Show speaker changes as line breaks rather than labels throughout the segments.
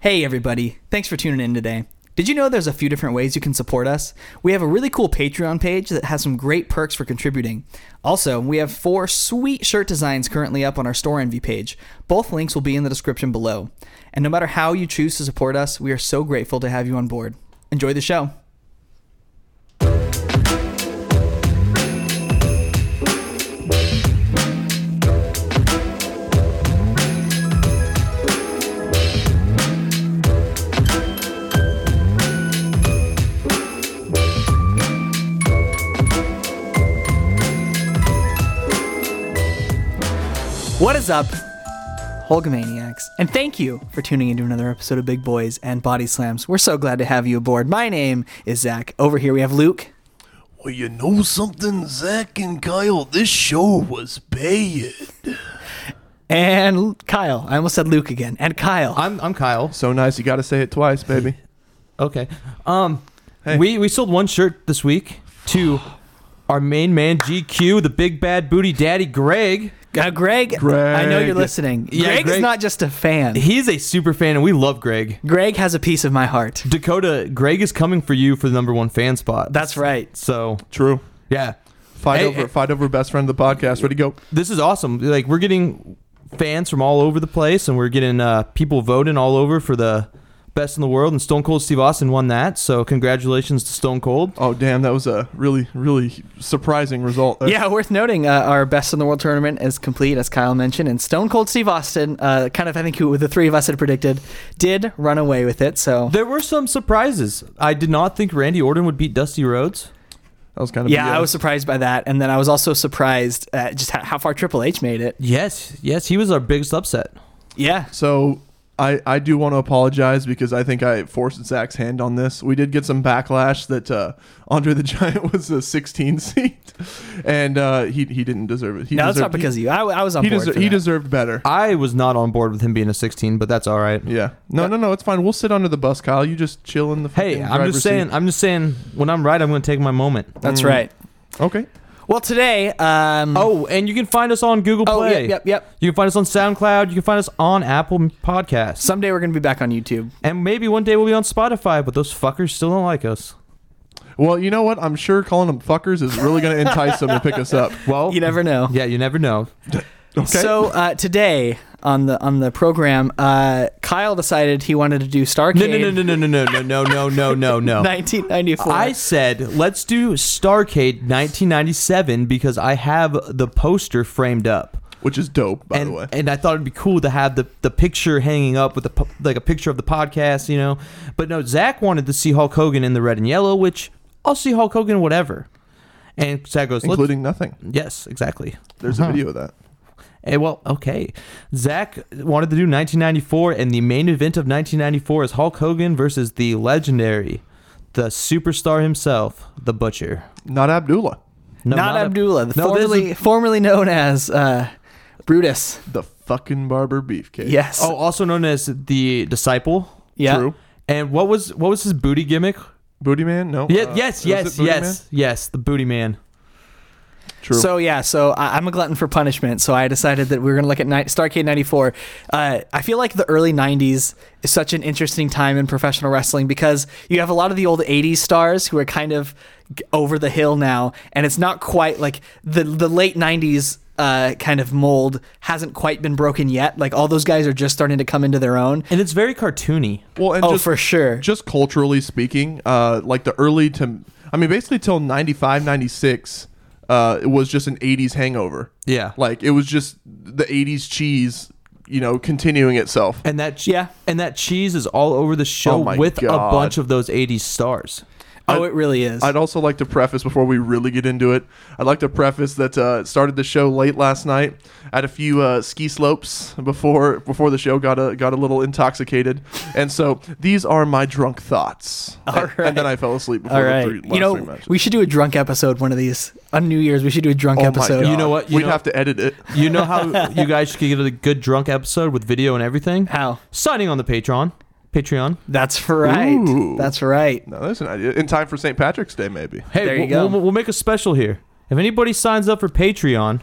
Hey, everybody. Thanks for tuning in today. Did you know there's a few different ways you can support us? We have a really cool Patreon page that has some great perks for contributing. Also, we have four sweet shirt designs currently up on our store envy page. Both links will be in the description below. And no matter how you choose to support us, we are so grateful to have you on board. Enjoy the show. What is up, Holgamaniacs? And thank you for tuning into another episode of Big Boys and Body Slams. We're so glad to have you aboard. My name is Zach. Over here we have Luke.
Well, you know something, Zach and Kyle, this show was bad.
And Kyle. I almost said Luke again. And Kyle.
I'm I'm Kyle.
So nice, you got to say it twice, baby.
Okay. Um we we sold one shirt this week to our main man GQ, the big bad booty daddy Greg.
Uh, Greg, I know you're listening.
Yeah,
Greg, is
Greg-
not just a fan.
He's a super fan and we love Greg.
Greg has a piece of my heart.
Dakota, Greg is coming for you for the number 1 fan spot.
That's right.
so
True.
yeah.
Fight
Hey,
over
hey.
fight over best friend of the podcast. Ready go.
This is awesome. Like we're getting fans from all over the place and we're getting uh, people voting all over for the best in the world and Stone Cold Steve Austin won that. So congratulations to Stone Cold.
Oh damn, that was a really really surprising result. That's-
Yeah, worth noting, uh, our best in the world tournament is complete, as Kyle mentioned, and Stone Cold Steve Austin, uh, kind of I think who the three of us had predicted, did run away with it. So
There were some surprises. I did not think Randy Orton would beat Dusty Rhodes.
that was kind of
yeah,
BS.
I was surprised by that, and then I was also surprised at just how, how far Triple H made it.
Yes, yes, he was our biggest upset.
Yeah,
So I I do want to apologize because I think I forced Zach's hand on this. We did get some backlash that uh, Andre the Giant was a 16 seat, and uh, he he didn't deserve it. He
no, that's not
deserved-
because of you. I, I was on
he, he,
board.
deser-
for
he
that.
deserved better.
I was not on board with him being a 16, but that's all right.
Yeah. No, no, no. It's fine. We'll sit under the bus, Kyle. You just chill in the.
Hey,
fucking
I'm
driver's
just saying. I'm just saying. When I'm right, I'm going to take my moment.
That's
Mm.
right.
seat. Okay.
Well, today, um,
Oh, and you can find us on Google
oh,
Play.
yep, yep, yep.
You can find us on SoundCloud. You can find us on Apple Podcasts,
Someday we're gonna be back on YouTube.
and maybe one day we'll be on Spotify. But those fuckers still don't like us.
Well, you know what? I'm sure calling them fuckers is really going to entice them to pick us up.
Well,
You never know.
yeah, you never know.
Okay.
So uh, today on the on the program, uh, Kyle decided he wanted to do Starcade.
No, no, no, no, no, no, no, no, no, no, no, no.
1994.
I said let's do Starcade 1997 because I have the poster framed up.
which is dope, by
and,
the way.
And I thought it'd be cool to have the, the picture hanging up with the po- like a picture of the podcast, you know. But no, Zach wanted to see Hulk Hogan in the red and yellow, which I'll see Hulk Hogan whatever. And Zach goes, "Let's-
including nothing.
yes, exactly.
There's a video of that.
Eh, well, okay. Zach wanted to do 1994, and the main event of 1994 is Hulk Hogan versus the legendary, the superstar himself, the Butcher.
Not Abdullah,
No,
not,
Ab-
Abdullah, the
No, this is-
formerly formerly known as uh, Brutus.
the fucking barber beefcake.
Yes.
Oh, also known as the Disciple.
yeah.
True.
And what was what was his booty gimmick?
Booty man? No.
Yeah,
Uh,
yes,
is
yes,
it Booty
yes,
Man?
yes. The booty man.
True.
So yeah, so I, I'm a glutton for punishment. So I decided that we were gonna look at ni- Starcade '94. Uh, I feel like the early '90s is such an interesting time in professional wrestling because you have a lot of the old '80s stars who are kind of g- over the hill now, and it's not quite like the the late '90s. Uh, kind of mold hasn't quite been broken yet. Like all those guys are just starting to come into their own.
And it's very cartoony.
well, and
oh,
just,
for sure.
just culturally speaking, uh, like the early to, I mean, basically till 95, 96, uh, it was just an 80s hangover.
Yeah.
Like it was just the 80s cheese, you know, continuing itself.
And that che-
Yeah.
and that cheese is all over the show
Oh my
with a
God.
bunch of those 80s stars.
oh, it really is.
I'd also like to preface before we really get into it. I'd like to preface that uh, started the show late last night. I had a few uh, ski slopes before before the show got a got a little intoxicated, and so these are my drunk thoughts. and, and then I fell asleep before
All
the
right.
three, last
you know,
three matches.
we should do a drunk episode one of these on New Year's. We should do a drunk
Oh my
episode.
God.
You know what? You
We'd
know-
have to edit it.
You know how you guys could get a good drunk episode with video and everything?
How?
Signing on the Patreon. Patreon.
That's right.
Ooh.
That's right.
No, that's an idea. In time for St. Patrick's Day, maybe.
Hey,
There you
we'll,
go.
We'll, we'll make a special here. If anybody signs up for Patreon,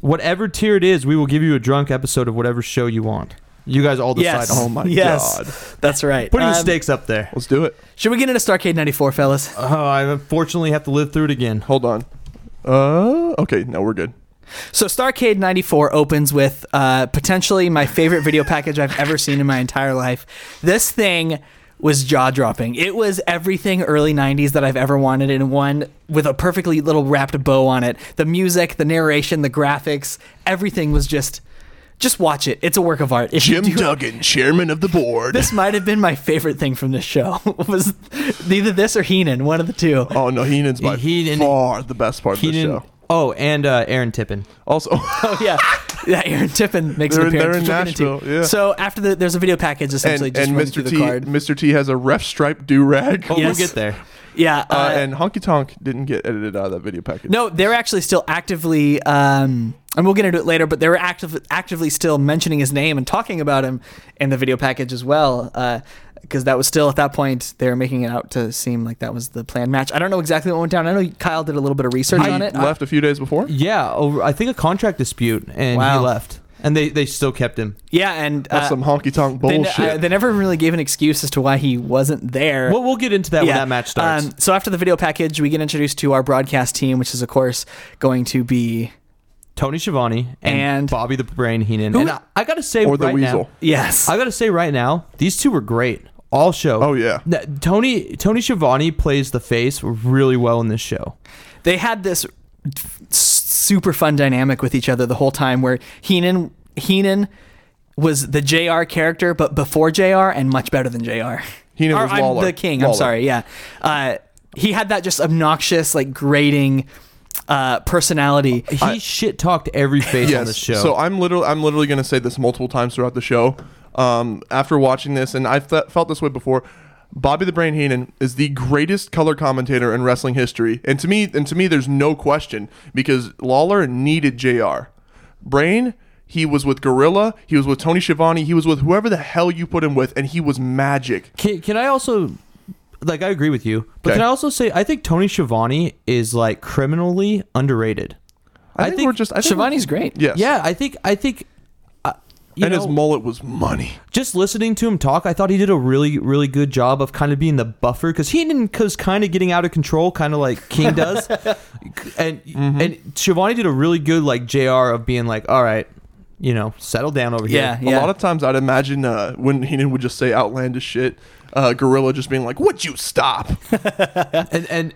whatever tier it is, we will give you a drunk episode of whatever show you want. You guys all decide.
Yes.
Oh my
yes.
god.
That's right.
Putting the
Um,
stakes up there.
Let's do it.
Should we get into Starcade 94, fellas?
Oh, I unfortunately have to live through it again.
Hold on. Uh, okay, no, we're good.
So Starcade 94 opens with uh, potentially my favorite video package I've ever seen in my entire life. This thing was jaw dropping. It was everything early 90s that I've ever wanted in one with a perfectly little wrapped bow on it. The music, the narration, the graphics, everything was just just watch it. It's a work of art. If you do-
Jim Duggan, chairman of the board.
this might have been my favorite thing from this show. was either this or Heenan, one of the two.
Oh no, Heenan's by
Heenan-
far the best part
Keenan-
of the show.
Oh, and uh, Aaron Tippin.
Also,
Oh yeah, yeah. Aaron Tippin makes
They're
an
in- they're
appearance.
in
which we'll get into.
Nashville, yeah.
So after the, there's a video package essentially
and,
just
and
running through the
Mr. T,
card.
Mr. T has a ref stripe do rag.
Oh,
Yes.
we'll get there.
yeah, uh,
Uh, and Honky Tonk didn't get edited out of that video package.
no, they're actually still actively, um, and we'll get into it later. But they were active, actively still mentioning his name and talking about him in the video package as well. because that was still at that point they were making it out to seem like that was the planned match. I don't know exactly what went down. I know Kyle did a little bit of research
he
on it.
left a few days before.
Yeah, over, I think a contract dispute, and
Wow.
he left, and they they still kept him.
yeah, and
That's
uh,
some honky tonk
they,
bullshit.
uh, they never really gave an excuse as to why he wasn't there.
Well, we'll get into that when that match starts.
Um, so after the video package, we get introduced to our broadcast team, which is of course going to be
Tony Schiavone and,
And-
Bobby the Brain Heenan.
Who-
and I, I gotta say,
or the
right
weasel.
now,
yes,
I gotta say right now, these two were great. All show.
Oh, yeah.
N- Tony Tony Schiavone plays the face really well in this show.
they had this f- super fun dynamic with each other the whole time, where Heenan Heenan was the Jr. character, but before Jr. and much better than Jr.
Heenan
Or,
was
I'm
Lawler.
the king. I'm
Lawler.
sorry. Yeah, uh, he had that just obnoxious, like grating uh, personality.
He shit talked every face on the show.
So I'm literally I'm literally gonna say this multiple times throughout the show. Um, after watching this, and I've th- felt this way before. Bobby the Brain Heenan is the greatest color commentator in wrestling history, and to me, and to me, there's no question because Lawler needed Jr. Brain, he was with Gorilla, he was with Tony Schiavone, he was with whoever the hell you put him with, and he was magic.
Can, can I also like I agree with you, but
Okay.
can I also say I think Tony Schiavone is like criminally underrated.
I,
I
think,
think
we're just I think
Shivani's great.
yes,
Yeah, I think I think uh, you
and
know,
his mullet was money.
just listening to him talk, I thought he did a really really good job of kind of being the buffer because he didn't was kind of getting out of control, kind of like King does, and
Mm-hmm.
and Schiavone did a really good like Jr. of being like, all right, you know, settle down over
Yeah,
here.
A lot of times, I'd imagine uh, when Heenan would just say outlandish shit, uh, Gorilla just being like, "Would you stop?"
and and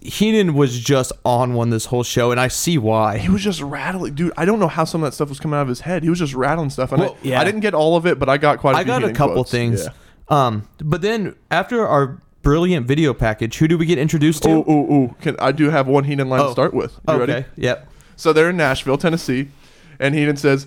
Heenan was just on one this whole show, and I see why.
he was just rattling, dude. I don't know how some of that stuff was coming out of his head. He was just rattling stuff, and
Well,
I,
yeah.
I didn't get all of it, but I got quite. I
I got a couple things. Um, but then after our brilliant video package, who do we get introduced to?
Oh, oh, oh! Can I do have one Heenan line
Oh.
to start with? You
okay.
ready?
Yep.
So they're in Nashville, Tennessee, and Heenan says,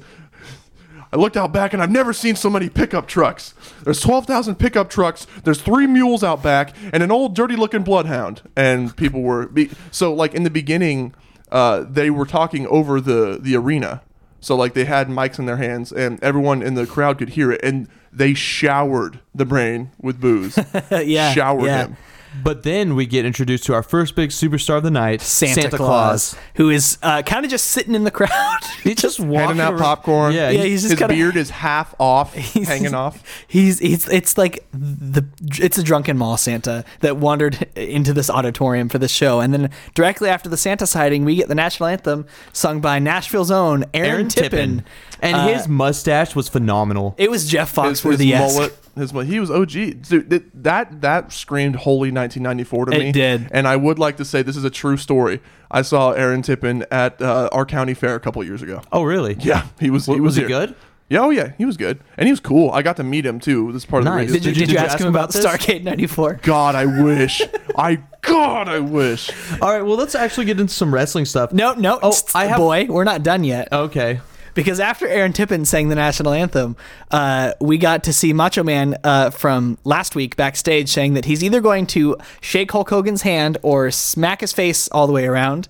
I looked out back and I've never seen so many pickup trucks. There's 12,000 pickup trucks, there's three mules out back, and an old dirty looking bloodhound. And people were. Be- so, like, in the beginning, uh, they were talking over the, the arena. So, like, they had mics in their hands, and everyone in the crowd could hear it, and they showered the brain with booze.
Yeah,
Showered
yeah.
him.
But then we get introduced to our first big superstar of the night,
Santa, Claus, who is uh, kind of just sitting in the crowd.
He just walking
Handing out
around-
popcorn.
Yeah,
Yeah,
he-
he's just
His
kinda-
beard is half off,
He's-
hanging off.
He's he's it's like the it's a drunken mall Santa that wandered into this auditorium for this show, and then directly after the Santa sighting, we get the national anthem sung by Nashville's own Aaron,
Aaron
Tippin.
Tippin, and
Uh,
his mustache was phenomenal.
It was Jeff
his, his
Foxworthy.
mullet. His mullet. He was OG. Dude, th- that that screamed holy 1994 to
It
me.
did.
And I would like to say this is a true story. I saw Aaron Tippin at uh, our county fair a couple years ago.
oh, really?
Yeah, he was. He
was
was,
he
here.
good?
Yeah, oh yeah, he was good, and he was cool. I got to meet him too. This is part
Nice.
of the
Did
radio.
you, did you ask him about
this?
Starcade '94?
God, I wish. I God, I wish.
All right. Well, let's actually get into some wrestling stuff.
No, no,
Oh,
tst,
I have-
boy, we're not done yet.
Okay.
Because after Aaron Tippin sang the national anthem, uh, we got to see Macho Man uh, from last week backstage saying that he's either going to shake Hulk Hogan's hand or smack his face all the way around.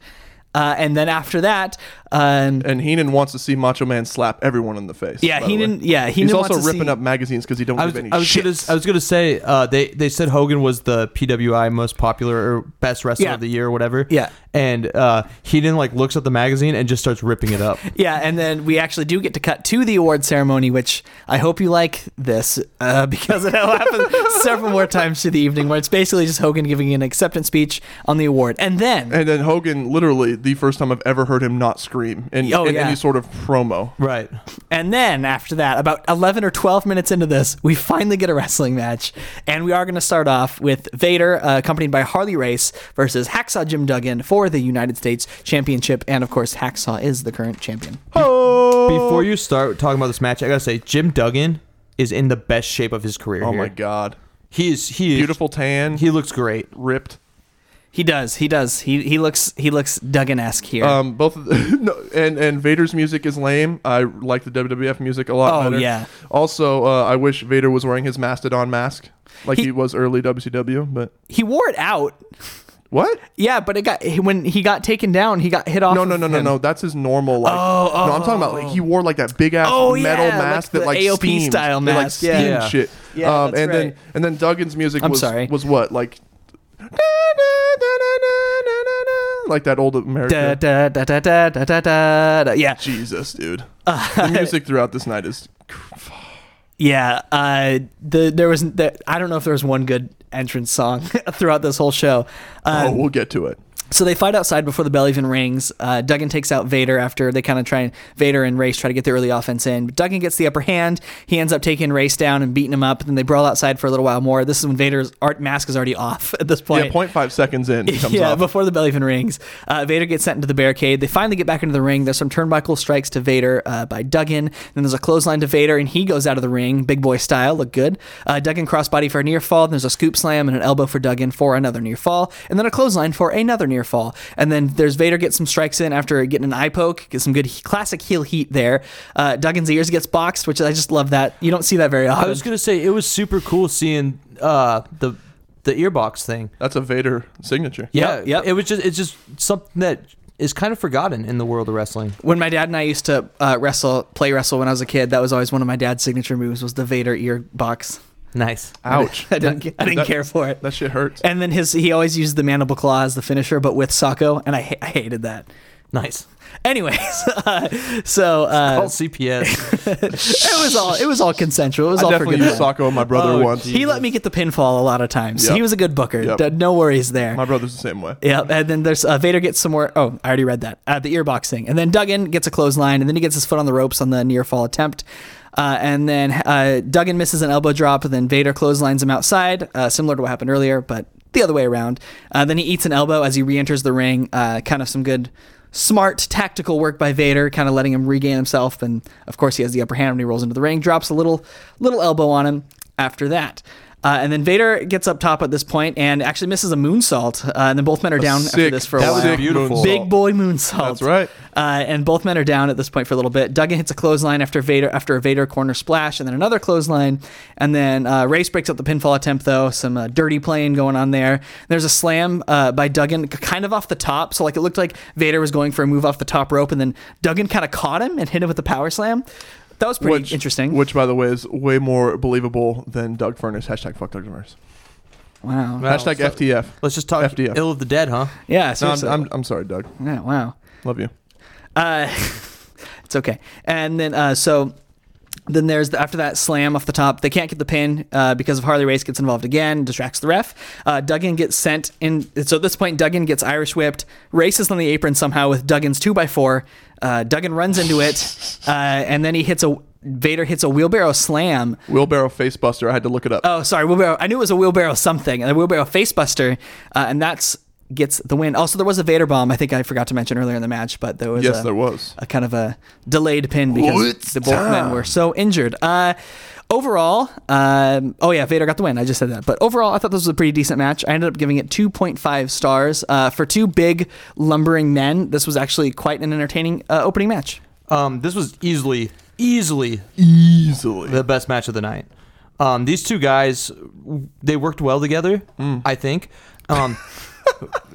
Uh, and then after that, Um,
And Heenan wants to see Macho Man slap everyone in the face.
yeah,
by the way.
Heenan. Yeah, Heenan
He's
wants
also
to
ripping
see-
up magazines because he don't
I
give
was,
any
I was
shit.
gonna I was gonna say uh, they they said Hogan was the PWI most popular or best wrestler
Yeah.
of the year or whatever.
Yeah.
and uh, he didn't like looks at the magazine and just starts ripping it up.
Yeah, and then we actually do get to cut to the award ceremony, which I hope you like this uh, because it'll happen several more times through the evening, where it's basically just Hogan giving an acceptance speech on the award, and then
And then Hogan, literally the first time I've ever heard him not scream in,
Oh,
in
yeah.
any sort of promo.
right.
and then after that, about eleven or twelve minutes into this, we finally get a wrestling match, and we are going to start off with Vader uh, accompanied by Harley Race versus Hacksaw Jim Duggan for the United States Championship, and of course, Hacksaw is the current champion.
Before you start talking about this match, I gotta say Jim Duggan is in the best shape of his career.
Oh
here.
my god,
he is he is,
beautiful tan,
He looks great.
ripped.
He does, he does, he he looks he looks Duggan-esque here.
Um, both of the, no, and and Vader's music is lame. I like the WWF music a lot.
Oh,
better.
yeah.
Also, uh, I wish Vader was wearing his Mastodon mask like
He-
he, was early WCW. But
he wore it out.
what?
Yeah, but it got he- when he got taken down, he got hit off.
No, no,
of
no, no,
him.
no. That's his normal. Like,
Oh, oh,
no, I'm talking about like he wore like that big ass
Oh,
metal
yeah, like
mask
the
that like
AOP
steamed.
style
It, like,
mask. Yeah.
steamed
Yeah.
shit.
Yeah,
um,
that's
and
right.
then and then Duggan's music
I'm
was
sorry.
was what like. Like that old American.
Da, da, da, da, da, da, da, da, da. Yeah,
Jesus, dude. the music throughout this night is
yeah. Uh, the there was the, I don't know if there was one good entrance song throughout this whole show. Uh,
oh, we'll get to it.
So they fight outside before the bell even rings. Uh, Duggan takes out Vader after they kind of try and Vader and Race try to get the early offense in. But Duggan gets the upper hand. He ends up taking Race down and beating him up. Then they brawl outside for a little while more. This is when Vader's art mask is already off at this point.
Yeah, 0.5 seconds in. It comes
yeah,
off.
before the bell even rings. Uh, Vader gets sent into the barricade. They finally get back into the ring. There's some turnbuckle strikes to Vader uh, by Duggan. Then there's a clothesline to Vader, and he goes out of the ring, big boy style, look good. Uh, Duggan crossbody for a near fall. Then there's a scoop slam and an elbow for Duggan for another near fall, and then a clothesline for another near fall. And then there's Vader gets some strikes in after getting an eye poke, gets some good he- classic heel heat there. Uh, Duggan's ears gets boxed, which I just love that. You don't see that very often.
I was gonna say it was super cool seeing uh, the the earbox thing.
That's a Vader signature.
Yep,
yeah,
yep.
It was just it's just something that is kind of forgotten in the world of wrestling.
when my dad and I used to uh, wrestle, play wrestle when I was a kid, that was always one of my dad's signature moves was the Vader ear box.
Nice.
Ouch.
I didn't, I didn't
That-
care for it.
That shit hurts.
And then his he always used the mandible claw as the finisher, but with Socko, and I, ha- I hated that.
Nice.
Anyways, uh, so uh,
All CPS.
it was all it was all consensual. It was
I
all for
definitely
good.
used
fun.
Socko and my brother
Oh,
once.
He let me get the pinfall a lot of times.
Yep.
He was a good booker.
Yep.
D- No worries there.
My brother's the same way.
Yeah, and then there's uh, Vader gets some more. Oh, I already read that. Uh, the ear box thing, and then Duggan gets a clothesline, and then he gets his foot on the ropes on the near fall attempt, uh, and then uh, Duggan misses an elbow drop, and then Vader clotheslines him outside, uh, similar to what happened earlier, but the other way around. Uh, then he eats an elbow as he re-enters the ring. Uh, kind of some good. Smart tactical work by Vader, kind of letting him regain himself, and of course he has the upper hand when he rolls into the ring. Drops a little, little elbow on him after that, uh, and then Vader gets up top at this point and actually misses a moonsault, uh, and then both men are down after
Sick-
this for a
that
while.
was a
Beautiful.
moonsault.
Big boy moonsault.
That's right.
Uh, and both men are down at this point for a little bit. Duggan hits a clothesline after Vader after a Vader corner splash, and then another clothesline, and then uh, Race breaks up the pinfall attempt though. Some uh, dirty playing going on there. There's a slam uh, by Duggan, k- kind of off the top, so like it looked like Vader was going for a move off the top rope, and then Duggan kind of caught him and hit him with a power slam. That was pretty
Which,
interesting.
Which, by the way, is way more believable than Doug Furness. Hashtag fuck Doug Furness.
wow.
Wow,
Hashtag
so-
FTF.
Let's just talk
FDF.
ill of the dead, huh?
Yeah.
No, I'm,
seriously.
I'm, I'm sorry, Doug.
yeah. Wow.
Love you.
Uh, it's okay. And then uh, so then there's the, after that slam off the top, they can't get the pin uh, because of Harley Race gets involved again, distracts the ref. Uh, Duggan gets sent in. So at this point, Duggan gets Irish whipped. Race is on the apron somehow with Duggan's two by four. Uh, Duggan runs into it, uh, and then he hits a Vader hits a wheelbarrow slam
Wheelbarrow Facebuster. I had to look it up.
Oh, sorry, wheelbarrow. I knew it was a wheelbarrow something, and a wheelbarrow facebuster, uh, and that's gets the win. Also, there was a Vader bomb. I think I forgot to mention earlier in the match, but there was
Yes,
a,
there was.
a kind of a delayed pin because
Oh, it's
the both men
time.
were so injured. Uh, overall, um, oh yeah, Vader got the win. I just said that, but overall, I thought this was a pretty decent match. I ended up giving it 2.5 stars uh, for two big lumbering men. This was actually quite an entertaining uh, opening match.
Um, this was easily, easily
Easily.
the best match of the night.
Mm.
Um, these two guys, they worked well together. I think. Um,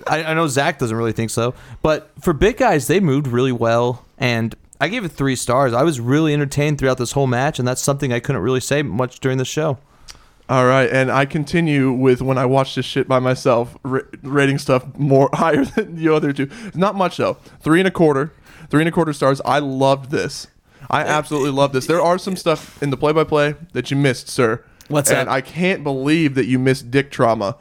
I, I know Zach doesn't really think so, but for big guys, they moved really well, and I gave it three stars. I was really entertained throughout this whole match, and that's something I couldn't really say much during the show.
All right, and I continue with when I watch this shit by myself, ra- rating stuff more higher than the other two. Not much though. Three and a quarter, three and a quarter stars. I loved this. I absolutely love this. There are some stuff in the play-by-play that you missed, sir.
What's
and
up?
I can't believe that you missed dick trauma.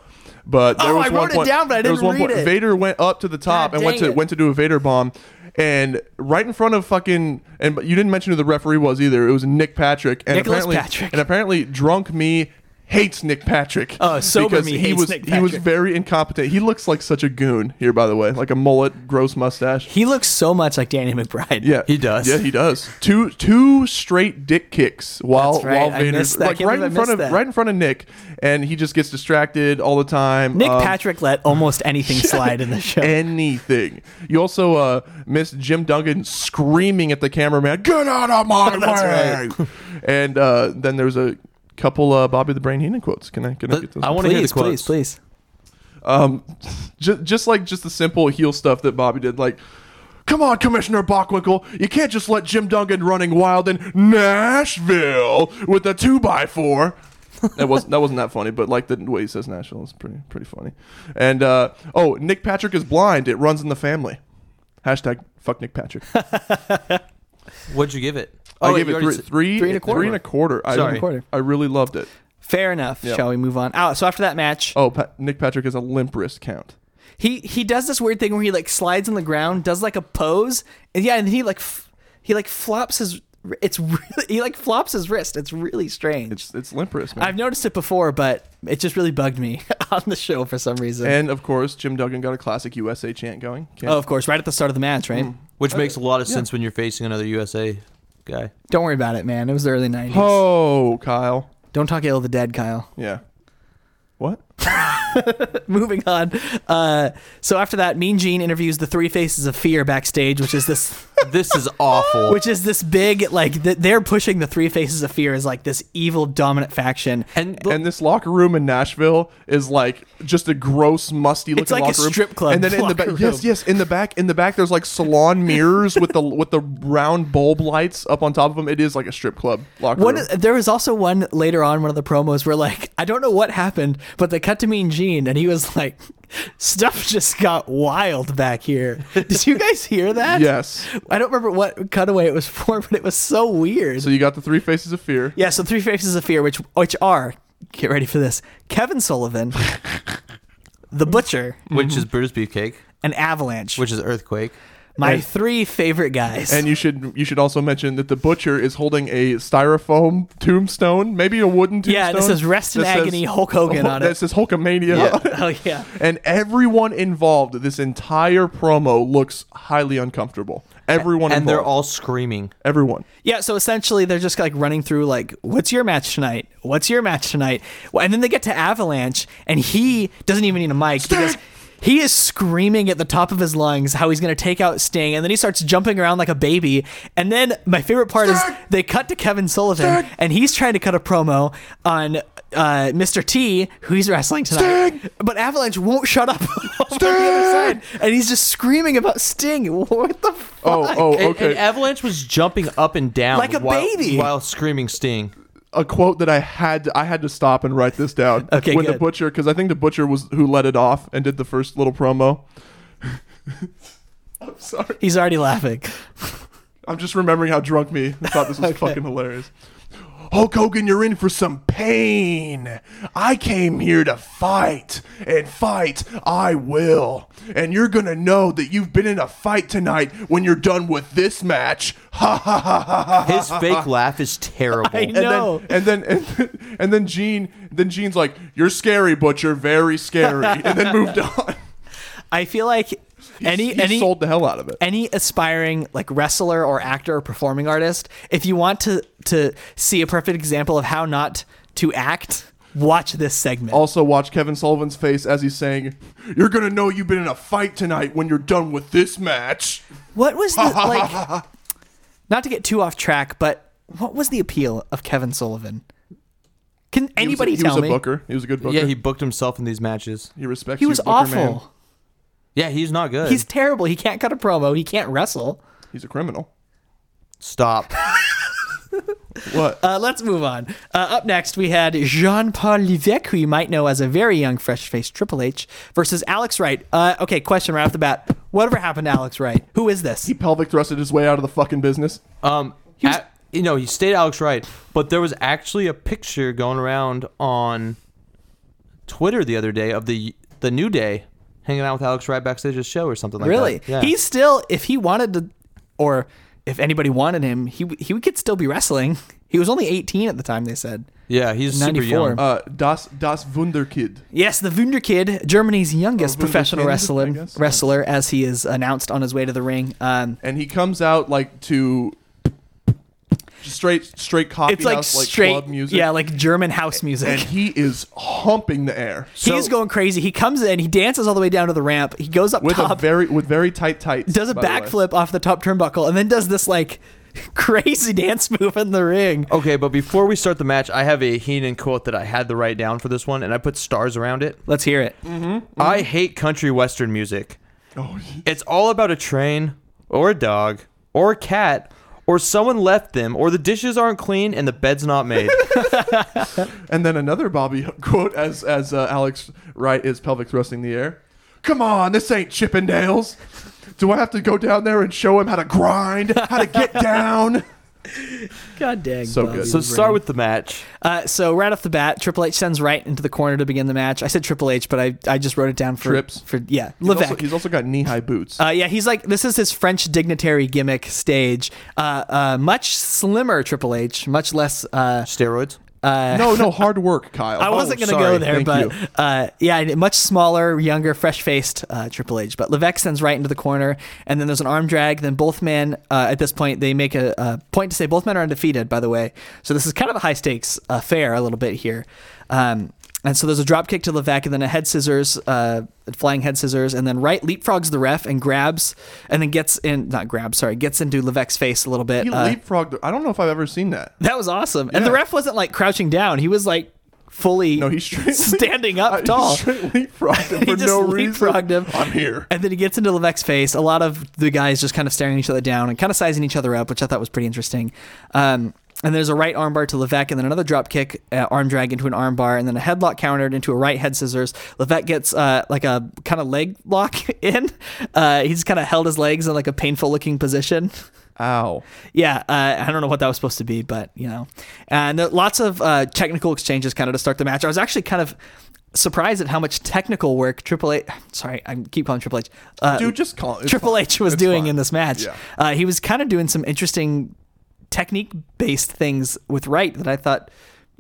But there
Oh,
was
I
one
wrote it
point-
down, but I
there was
didn't
one
read
point-
it.
Vader went up to the top
God
and went
dang
to
it.
went to do a Vader bomb, and right in front of fucking and you didn't mention who the referee was either. It was Nick Patrick and
Nicholas
apparently
Patrick.
and apparently drunk me hates Nick Patrick.
Oh, sober
because
me
he
hates
was
Nick
he was
Patrick.
very incompetent. He looks like such a goon here, by the way, like a mullet, gross mustache.
He looks so much like Danny McBride.
Yeah,
He does.
Yeah, he does. Two two straight dick kicks while
That's right.
while
I
Vader's
missed that. I
like
can't
right
believe
in
I
front
missed
of
that.
right in front of Nick, and he just gets distracted all the time.
Nick
Um,
Patrick let almost anything slide in the show.
anything. You also uh, missed Jim Duncan screaming at the cameraman, "Get out of my way!"
That's
And uh, then there's a couple uh, Bobby the Brain Heenan quotes. Can I can I get those?
I want to hear the
please,
quotes.
please, please.
um, just, just like just the simple heel stuff that Bobby did, like. Come on, Commissioner Bachwinkle. You can't just let Jim Duncan running wild in Nashville with a two by four. That wasn't that wasn't that funny, but like the way he says Nashville is pretty pretty funny. And uh, oh, Nick Patrick is blind. It runs in the family. Hashtag fuck Nick Patrick.
What'd you give it?
I
wait,
gave
Oh, you
it
already
three,
said-
three,
three and a quarter.
Three and a quarter. I,
Sorry.
Quarter.
I really loved it.
Fair enough.
Yeah.
Shall we move on? Oh, so after that match,
Oh, pa- Nick Patrick is a limp wrist count.
he he does this weird thing where he like slides on the ground, does like a pose, and yeah, and he like f- he like flops his. wr- It's really he like flops his wrist. It's really strange.
It's it's limp wrist, man.
I've noticed it before, but it just really bugged me on the show for some reason.
and of course, Jim Duggan got a classic USA chant going. Can't-
oh, of course, right at the start of the match,
Hmm.
right?
Which makes a lot of sense when you're facing another USA guy.
Don't worry about it, man. It was the early '90s.
Oh, Kyle.
Don't talk ill of the dead, Kyle.
Yeah. What?
Moving on. Uh, so after that, Mean Gene interviews the Three Faces of Fear backstage, which is this,
This is awful.
which is this big like th- they're pushing the Three Faces of Fear as like this evil dominant faction.
and
And this locker room in Nashville is like just a gross, musty looking
It's like a
locker room.
strip club
And then in the back,
locker
yes,
room.
yes, in the back, in the back, there's like salon mirrors with the with the round bulb lights up on top of them. It is like a strip club locker
One,
room.
there was also one later on, one of the promos where like I don't know what happened, but they cut to Mean Gene and he was like, "Stuff just got wild back here." Did you guys hear that?
Yes.
I don't remember what cutaway it was for, but it was so weird.
So you got the three faces of fear.
yeah, so Three Faces of Fear, which which are get ready for this: Kevin Sullivan, the Butcher,
mm-hmm.
which is British beefcake,
and Avalanche.
which is earthquake.
my
and-
three favorite guys.
And you should you should also mention that the butcher is holding a styrofoam tombstone, maybe a wooden tombstone.
Yeah, this says "Rest in
that says-
Agony" Hulk Hogan on
That
it.
says Hulkamania.
Oh yeah.
And everyone involved, this entire promo looks highly uncomfortable. Everyone
And they're
involved.
all screaming.
everyone.
Yeah, so essentially they're just like running through like, what's your match tonight? What's your match tonight? Well, And then they get to Avalanche, and he doesn't even need a mic because he is screaming at the top of his lungs how he's going to take out Sting, and then he starts jumping around like a baby. And then my favorite part is they cut to Kevin Sullivan, and he's trying to cut a promo on. Uh, Mr. T, who he's wrestling tonight, but Avalanche won't shut up on the other side, and he's just screaming about Sting. What the fuck?
Oh, oh,
And,
okay.
and Avalanche was jumping up and down
Like a
while,
baby.
while screaming Sting.
a quote that I had to, I had to stop and write this down.
Okay,
when the
good.
butcher, because I think the butcher was who let it off and did the first little promo. I'm sorry.
He's already laughing.
I'm just remembering how drunk me thought this was fucking hilarious. Hulk Hogan, you're in for some pain. I came here to fight, and fight I will. And you're gonna know that you've been in a fight tonight when you're done with this match. Ha ha ha ha ha.
His fake laugh is terrible.
I-
And
No.
then and then and then, and then Gene then Gene's like, You're scary, Butcher, very scary and then moved on.
I feel like any
he
any
sold the hell out of it.
any aspiring like wrestler or actor or performing artist, if you want to to see a perfect example of how not to act, watch this segment.
Also watch Kevin Sullivan's face as he's saying, You're gonna know you've been in a fight tonight when you're done with this match.
What was the like? Not to get too off track, but what was the appeal of Kevin Sullivan? Can
He was a-
anybody
he was
tell
a
me?
booker. He was a good booker.
yeah, he
he,
booked himself in these matches.
respects
He
you,
was
booker man.
awful.
Yeah, he's not good.
He's terrible. He can't cut a promo. He can't wrestle.
He's a criminal.
Stop.
What?
Uh, let's move on. Uh, up next, we had Jean Paul Levesque, who you might know as a very young, fresh faced Triple H, versus Alex Wright. Uh, okay, question right off the bat. Whatever happened to Alex Wright? Who is this?
he pelvic thrusted his way out of the fucking business.
Um,
He was-
a- you know, he stayed Alex Wright, but there was actually a picture going around on Twitter the other day of the the New Day hanging out with Alex Wright backstage at a show or something like
really?
that. Yeah.
uh, He's still, if he wanted to, or if anybody wanted him, he w- he could still be wrestling. He was only 18 at the time, they said.
yeah, he's super
94.
young.
Uh, das Das Wunderkid.
Yes, the Wunderkid, Germany's youngest
Wunderkind,
professional
Oh, I
wrestler,
guess.
wrestler, as he is announced on his way to the ring. Um,
and he comes out like to straight straight coffee
it's like
house, like
straight,
club music.
yeah, like German house music.
and he is humping the air
He's going crazy. He comes in, he dances all the way down to the ramp. He goes up
with a
top,
very with very tight tights.
does a
by the way.
backflip off the top turnbuckle, and then does this like crazy dance move in the ring.
okay, but before we start the match, I have a Heenan quote that I had to write down for this one, and I put stars around it.
Let's hear it.
I hate country western music.
Oh,
It's all about a train or a dog or a cat or someone left them or the dishes aren't clean and the bed's not made.
and then another Bobby quote as as uh, Alex Wright is pelvic thrusting the air. Come on, this ain't Chippendales. Do I have to go down there and show him how to grind, how to get down?
God dang.
So
Bobby
good.
so
Ray.
start with the match.
Uh, so right off the bat, Triple H sends right into the corner to begin the match. I said Triple H, but I, I just wrote it down for
Trips.
for yeah
He's also,
Levesque.
he's also got knee high boots.
Uh, yeah, he's like this is his French dignitary gimmick stage. Uh, uh, much slimmer Triple H, much less. Uh,
Steroids.
no, no, hard work, Kyle.
I wasn't
Oh,
going to go
sorry.
there,
Thank
but
you.
uh, yeah, and much smaller, younger, fresh-faced uh, Triple H. But Levesque sends right into the corner, and then there's an arm drag. Then both men, uh, at this point, they make a, a point to say both men are undefeated. By the way, so this is kind of a high-stakes affair a little bit here. Um, and so there's a drop kick to Levesque, and then a head scissors, uh, flying head scissors, and then right leapfrogs the ref and grabs, and then gets in, not grabs, sorry, gets into Levesque's face a little bit.
He
Uh,
leapfrogged. I don't know if I've ever seen that.
that was awesome. And the
Yeah.
ref wasn't like crouching down; he was like fully
No, he's straight
standing
I-
up
he
tall.
straight leapfrogged
Oh.
him
He
for
just
no reason.
leapfrogged him.
I'm here.
And then he gets into Levesque's face. A lot of the guys just kind of staring each other down and kind of sizing each other up, which I thought was pretty interesting. Um, and there's a right armbar to Levesque, and then another drop kick, uh, arm drag into an armbar, and then a headlock countered into a right head scissors. Levesque gets uh, like a kind of leg lock in. Uh, he's kind of held his legs in like a painful looking position.
Ow.
Yeah, uh, I don't know what that was supposed to be, but you know, and there, lots of uh, technical exchanges kind of to start the match. I was actually kind of surprised at how much technical work Triple H. Sorry, I keep calling Triple H. Uh,
Dude, just call it.
Triple H was doing in this match.
Yeah.
Uh, he was kind of doing some interesting technique-based things with Wright that I thought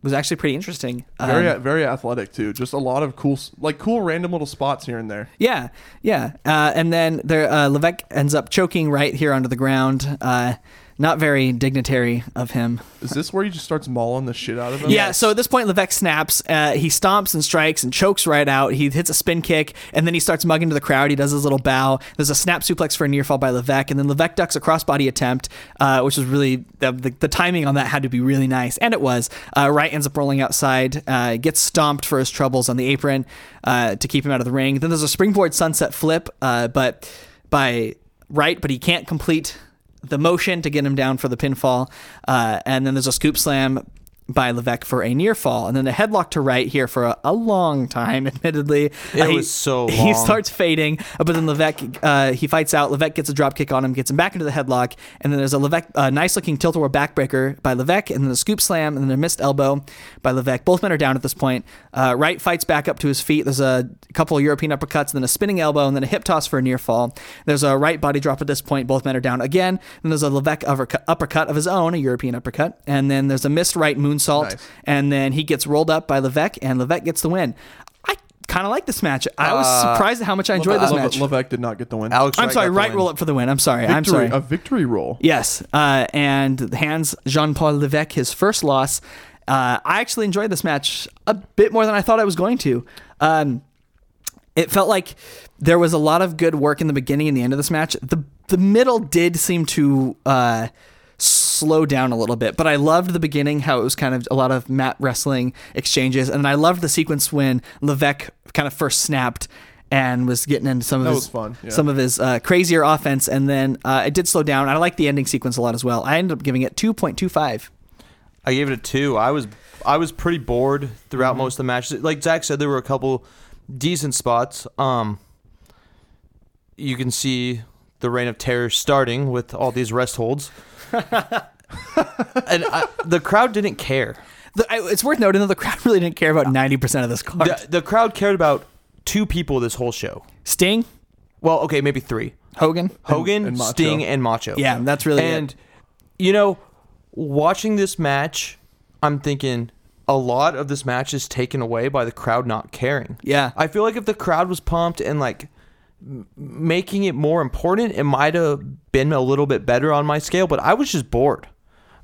was actually pretty interesting. Um,
Very, very athletic too. Just a lot of cool, s- like cool random little spots here and there.
Yeah, yeah. Uh, and then there, uh, Levesque ends up choking right here onto the ground. Uh, not very dignitary of him.
Is this where he just starts mauling the shit out of him?
Yeah, so at this point, Levesque snaps. Uh, he stomps and strikes and chokes right out. He hits a spin kick, and then he starts mugging to the crowd. He does his little bow. There's a snap suplex for a near fall by Levesque, and then Levesque ducks a crossbody attempt, uh, which was really the, the, the timing on that had to be really nice, and it was. Uh, Wright ends up rolling outside, uh, gets stomped for his troubles on the apron uh, to keep him out of the ring. Then there's a springboard sunset flip, uh, but by Wright, but he can't complete the motion to get him down for the pinfall. Uh, and then there's a scoop slam by Levesque for a near fall. And then a headlock to right here for a, a long time, admittedly. Uh,
It
he-
was so
He
long.
starts fading, uh, but then Levesque, uh, he fights out. Levesque gets a drop kick on him, gets him back into the headlock. And then there's a Levesque, uh, nice looking tilt or backbreaker by Levesque, and then a scoop slam, and then a missed elbow by Levesque. Both men are down at this point. Uh, Wright fights back up to his feet. There's a couple of European uppercuts, and then a spinning elbow, and then a hip toss for a near fall. There's a right body drop at this point. Both men are down again. Then there's a Levesque uppercut, uppercut of his own, a European uppercut. And then there's a missed right moonsault.
Nice.
And then he gets rolled up by Levesque, and Levesque gets the win. I kind of like this match. I was surprised at how much I enjoyed this
Leve-
match.
Levesque did not get the win.
Alex
I'm sorry,
got the
right
win.
roll up for the win. I'm sorry. I'm
Victory-
sorry.
A victory roll.
Yes, uh, and hands Jean Paul Levesque his first loss. Uh, I actually enjoyed this match a bit more than I thought I was going to. Um, it felt like there was a lot of good work in the beginning and the end of this match. The the middle did seem to uh, slow down a little bit, but I loved the beginning how it was kind of a lot of mat wrestling exchanges, and I loved the sequence when Levesque kind of first snapped. and was getting into some of
That
his
was fun, yeah.
some of his uh, crazier offense. And then uh, it did slow down. I like the ending sequence a lot as well. I ended up giving it two point two five.
I gave it a two. I was I was pretty bored throughout
Mm-hmm.
most of the matches. Like Zach said, there were a couple decent spots. Um, you can see the reign of terror starting with all these rest holds, and I, the crowd didn't care.
The, I, it's worth noting that the crowd really didn't care about ninety percent of this card.
The, the crowd cared about two people this whole show.
Sting,
Well, okay, maybe three:
Hogan,
Hogan,
and Macho.
Sting, and Macho.
yeah, that's really
and
it.
you know, watching this match, I'm thinking a lot of this match is taken away by the crowd not caring.
Yeah.
I feel like if the crowd was pumped and like m- making it more important, it might have been a little bit better on my scale. But I was just bored.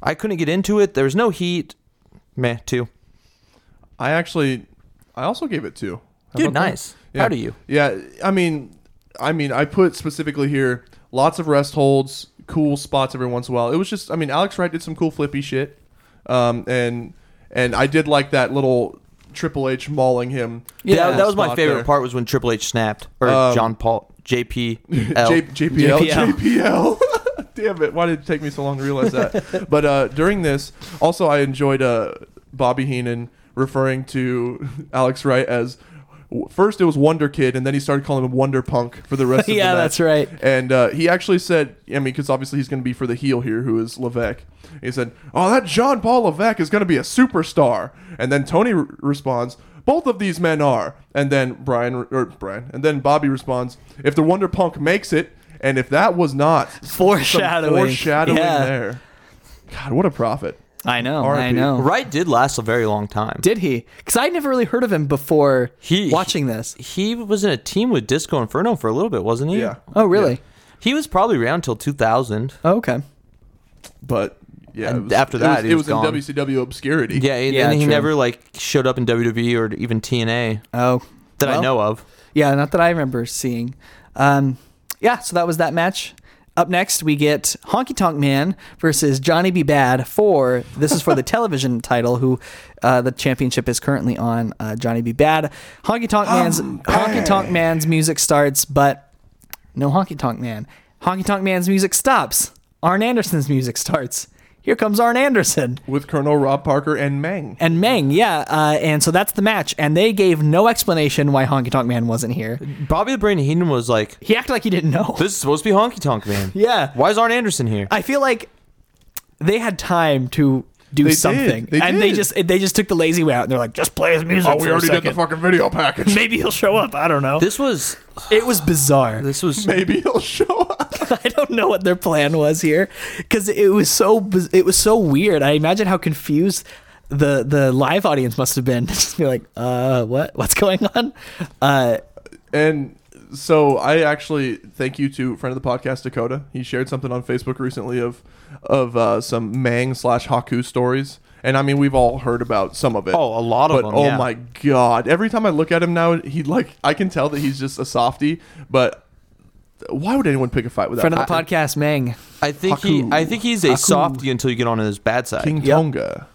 I couldn't get into it. There was no heat. Meh, two.
I actually, I also gave it two. How
Dude,
about that?
nice.
Yeah.
Proud of you.
Yeah, I mean, I mean, I put specifically here lots of rest holds, cool spots every once in a while. It was just, I mean, Alex Wright did some cool flippy shit, um, and and I did like that little Triple H mauling him.
Yeah, that, that was my
spot
favorite
there.
part was when Triple H snapped or
Um,
John Paul JP
J- JPL,
JPL.
JPL. Damn it! Why did it take me so long to realize that? but uh, during this, also I enjoyed uh, Bobby Heenan referring to Alex Wright as first it was Wonder Kid, and then he started calling him Wonder Punk for the rest of
Yeah,
the match.
that's right.
And uh, he actually said, I mean, because obviously he's going to be for the heel here, who is Levesque. He said, "Oh, that John Paul Levesque is going to be a superstar." And then Tony re- responds, "Both of these men are." And then Brian re- or Brian, and then Bobby responds, "If the Wonder Punk makes it, and if that was not some
Foreshadowing.
foreshadowing
Yeah.
there." God, what a prophet!
I know, I
R.I.P..
know.
Wright did last a very long time.
Did he? Because I never really heard of him before
He-
watching this.
he was in a team with Disco Inferno for a little bit, wasn't he?
Yeah.
Oh, really?
He was probably around till 2000.
Oh, okay.
But yeah,
And after that,
it
he
was,
was gone.
in WCW obscurity.
Yeah, and,
Yeah,
and he
true.
never like showed up in WWE or even TNA
Oh,
that I
Well,
know of.
Yeah, not that I remember seeing. Um, yeah, so that was that match. Up next, we get Honky Tonk Man versus Johnny B. Bad for this is for the television title. Who uh, the championship is currently on? Uh, Johnny B. Bad. Honky Tonk Man's Honky Tonk Man's music starts, but no Honky Tonk Man. Honky Tonk Man's music stops. Arn Anderson's music starts. Here comes Arn Anderson.
with Colonel Rob Parker and Meng.
and Meng, yeah, uh, and so that's the match. And they gave no explanation why Honky Tonk Man wasn't here.
Bobby the Brain Heenan was like,
He acted like he didn't know.
"This is supposed to be Honky Tonk Man."
Yeah.
Why is Arn Anderson here?
I feel like they had time to do
They did.
something,
They
and they
did.
just they just took the lazy way out, and they're like, just play his music.
Oh, we
for
already
a
did the
second.
fucking video package.
Maybe he'll show up. I don't know.
this was
It was bizarre.
this was
Maybe he'll show up.
I don't know what their plan was here because it was so biz- it was so weird. I imagine how confused the the live audience must have been. just be like, uh, what what's going on? Uh,
And so I actually thank you to friend of the podcast Dakota. He shared something on Facebook recently of of uh, some Mang slash Haku stories. And I mean, we've all heard about some of it.
Oh, a lot of
but
them,
Oh
yeah.
my god! Every time I look at him now, he like I can tell that he's just a softy. But why would anyone pick a fight with
friend
that?
of the podcast, Meng.
I think he
Haku.
I think he's a
Haku.
softie until you get onto his bad side.
King
Yep.
Tonga.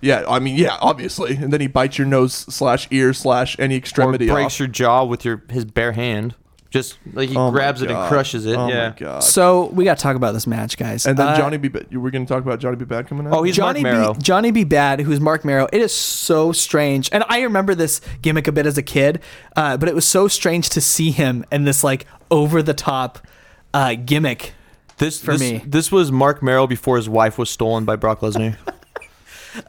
Yeah, I mean, yeah, obviously. And then he bites your nose slash ear slash any
or
extremity
breaks
off.
your jaw with your his bare hand. Just like he
Oh my
grabs it and
God.
crushes it.
Oh
yeah.
my god!
So we got to talk about this match, guys.
And then
Uh,
Johnny B. Bad. You were going to talk about Johnny B. Bad coming out.
Oh, he's
Johnny
Mark Marrow.
B. Johnny B. Bad, who's Mark Marrow. It is so strange, and I remember this gimmick a bit as a kid, uh, but it was so strange to see him in this like over the top uh, gimmick.
This
For
this,
me.
this was Mark Merrill before his wife was stolen by Brock Lesnar.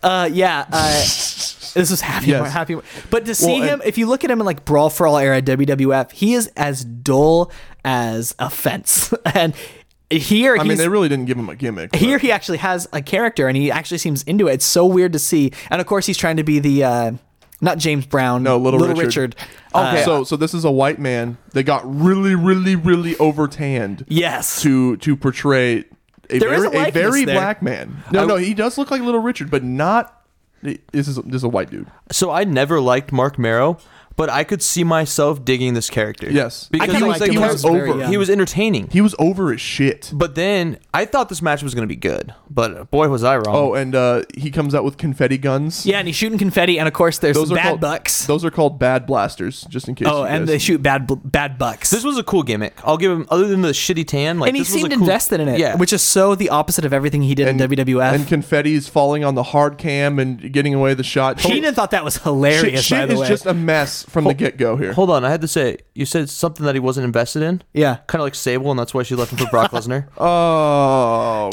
Uh, yeah, uh, this is happy,
Yes.
Mar- happy. Mar- But to see
Well,
him,
and-
if you look at him in like Brawl for All era WWF, he is as dull as a fence, and here
I
he's
mean, they really didn't give him a gimmick. but-
here he actually has a character and he actually seems into it. It's so weird to see. And of course, he's trying to be the uh, not James Brown, Uh,
no, Little, Richard. Uh,
Okay.
so so this is a white man that got really, really, really over tanned
yes.
to to portray a
There is
very,
a likeness
very
there.
black man. No, no, he does look like Little Richard, but not. This is this is a white dude.
So I never liked Mark Marrow, but I could see myself digging this character.
Yes. I
because
kinda
he was,
liked
like,
him
he
when I
was
was very
over.
young.
He was entertaining.
He was over as shit.
But then I thought this match was going to be good, but boy was I wrong.
Oh, and uh, he comes out with confetti guns.
Yeah, and he's shooting confetti, and of course there's
those are
bad
called
bucks.
Those are called bad blasters, just in case.
oh,
you
and
guys-
they shoot bad bu- bad bucks.
This was a cool gimmick. I'll give him other than the shitty tan. Like,
and he
this was a
seemed
cool-
invested in it,
Yeah,
which is so the opposite of everything he did
and,
in WWF.
and confetti is falling on the hard cam and getting away the shot.
Heenan thought that was hilarious.
shit, shit
by the
is
way,
just a mess from the get go here.
Hold on, I had to say you said something that he wasn't invested in.
yeah.
Kind of like Sable, and that's why she left him for Brock Lesnar.
Oh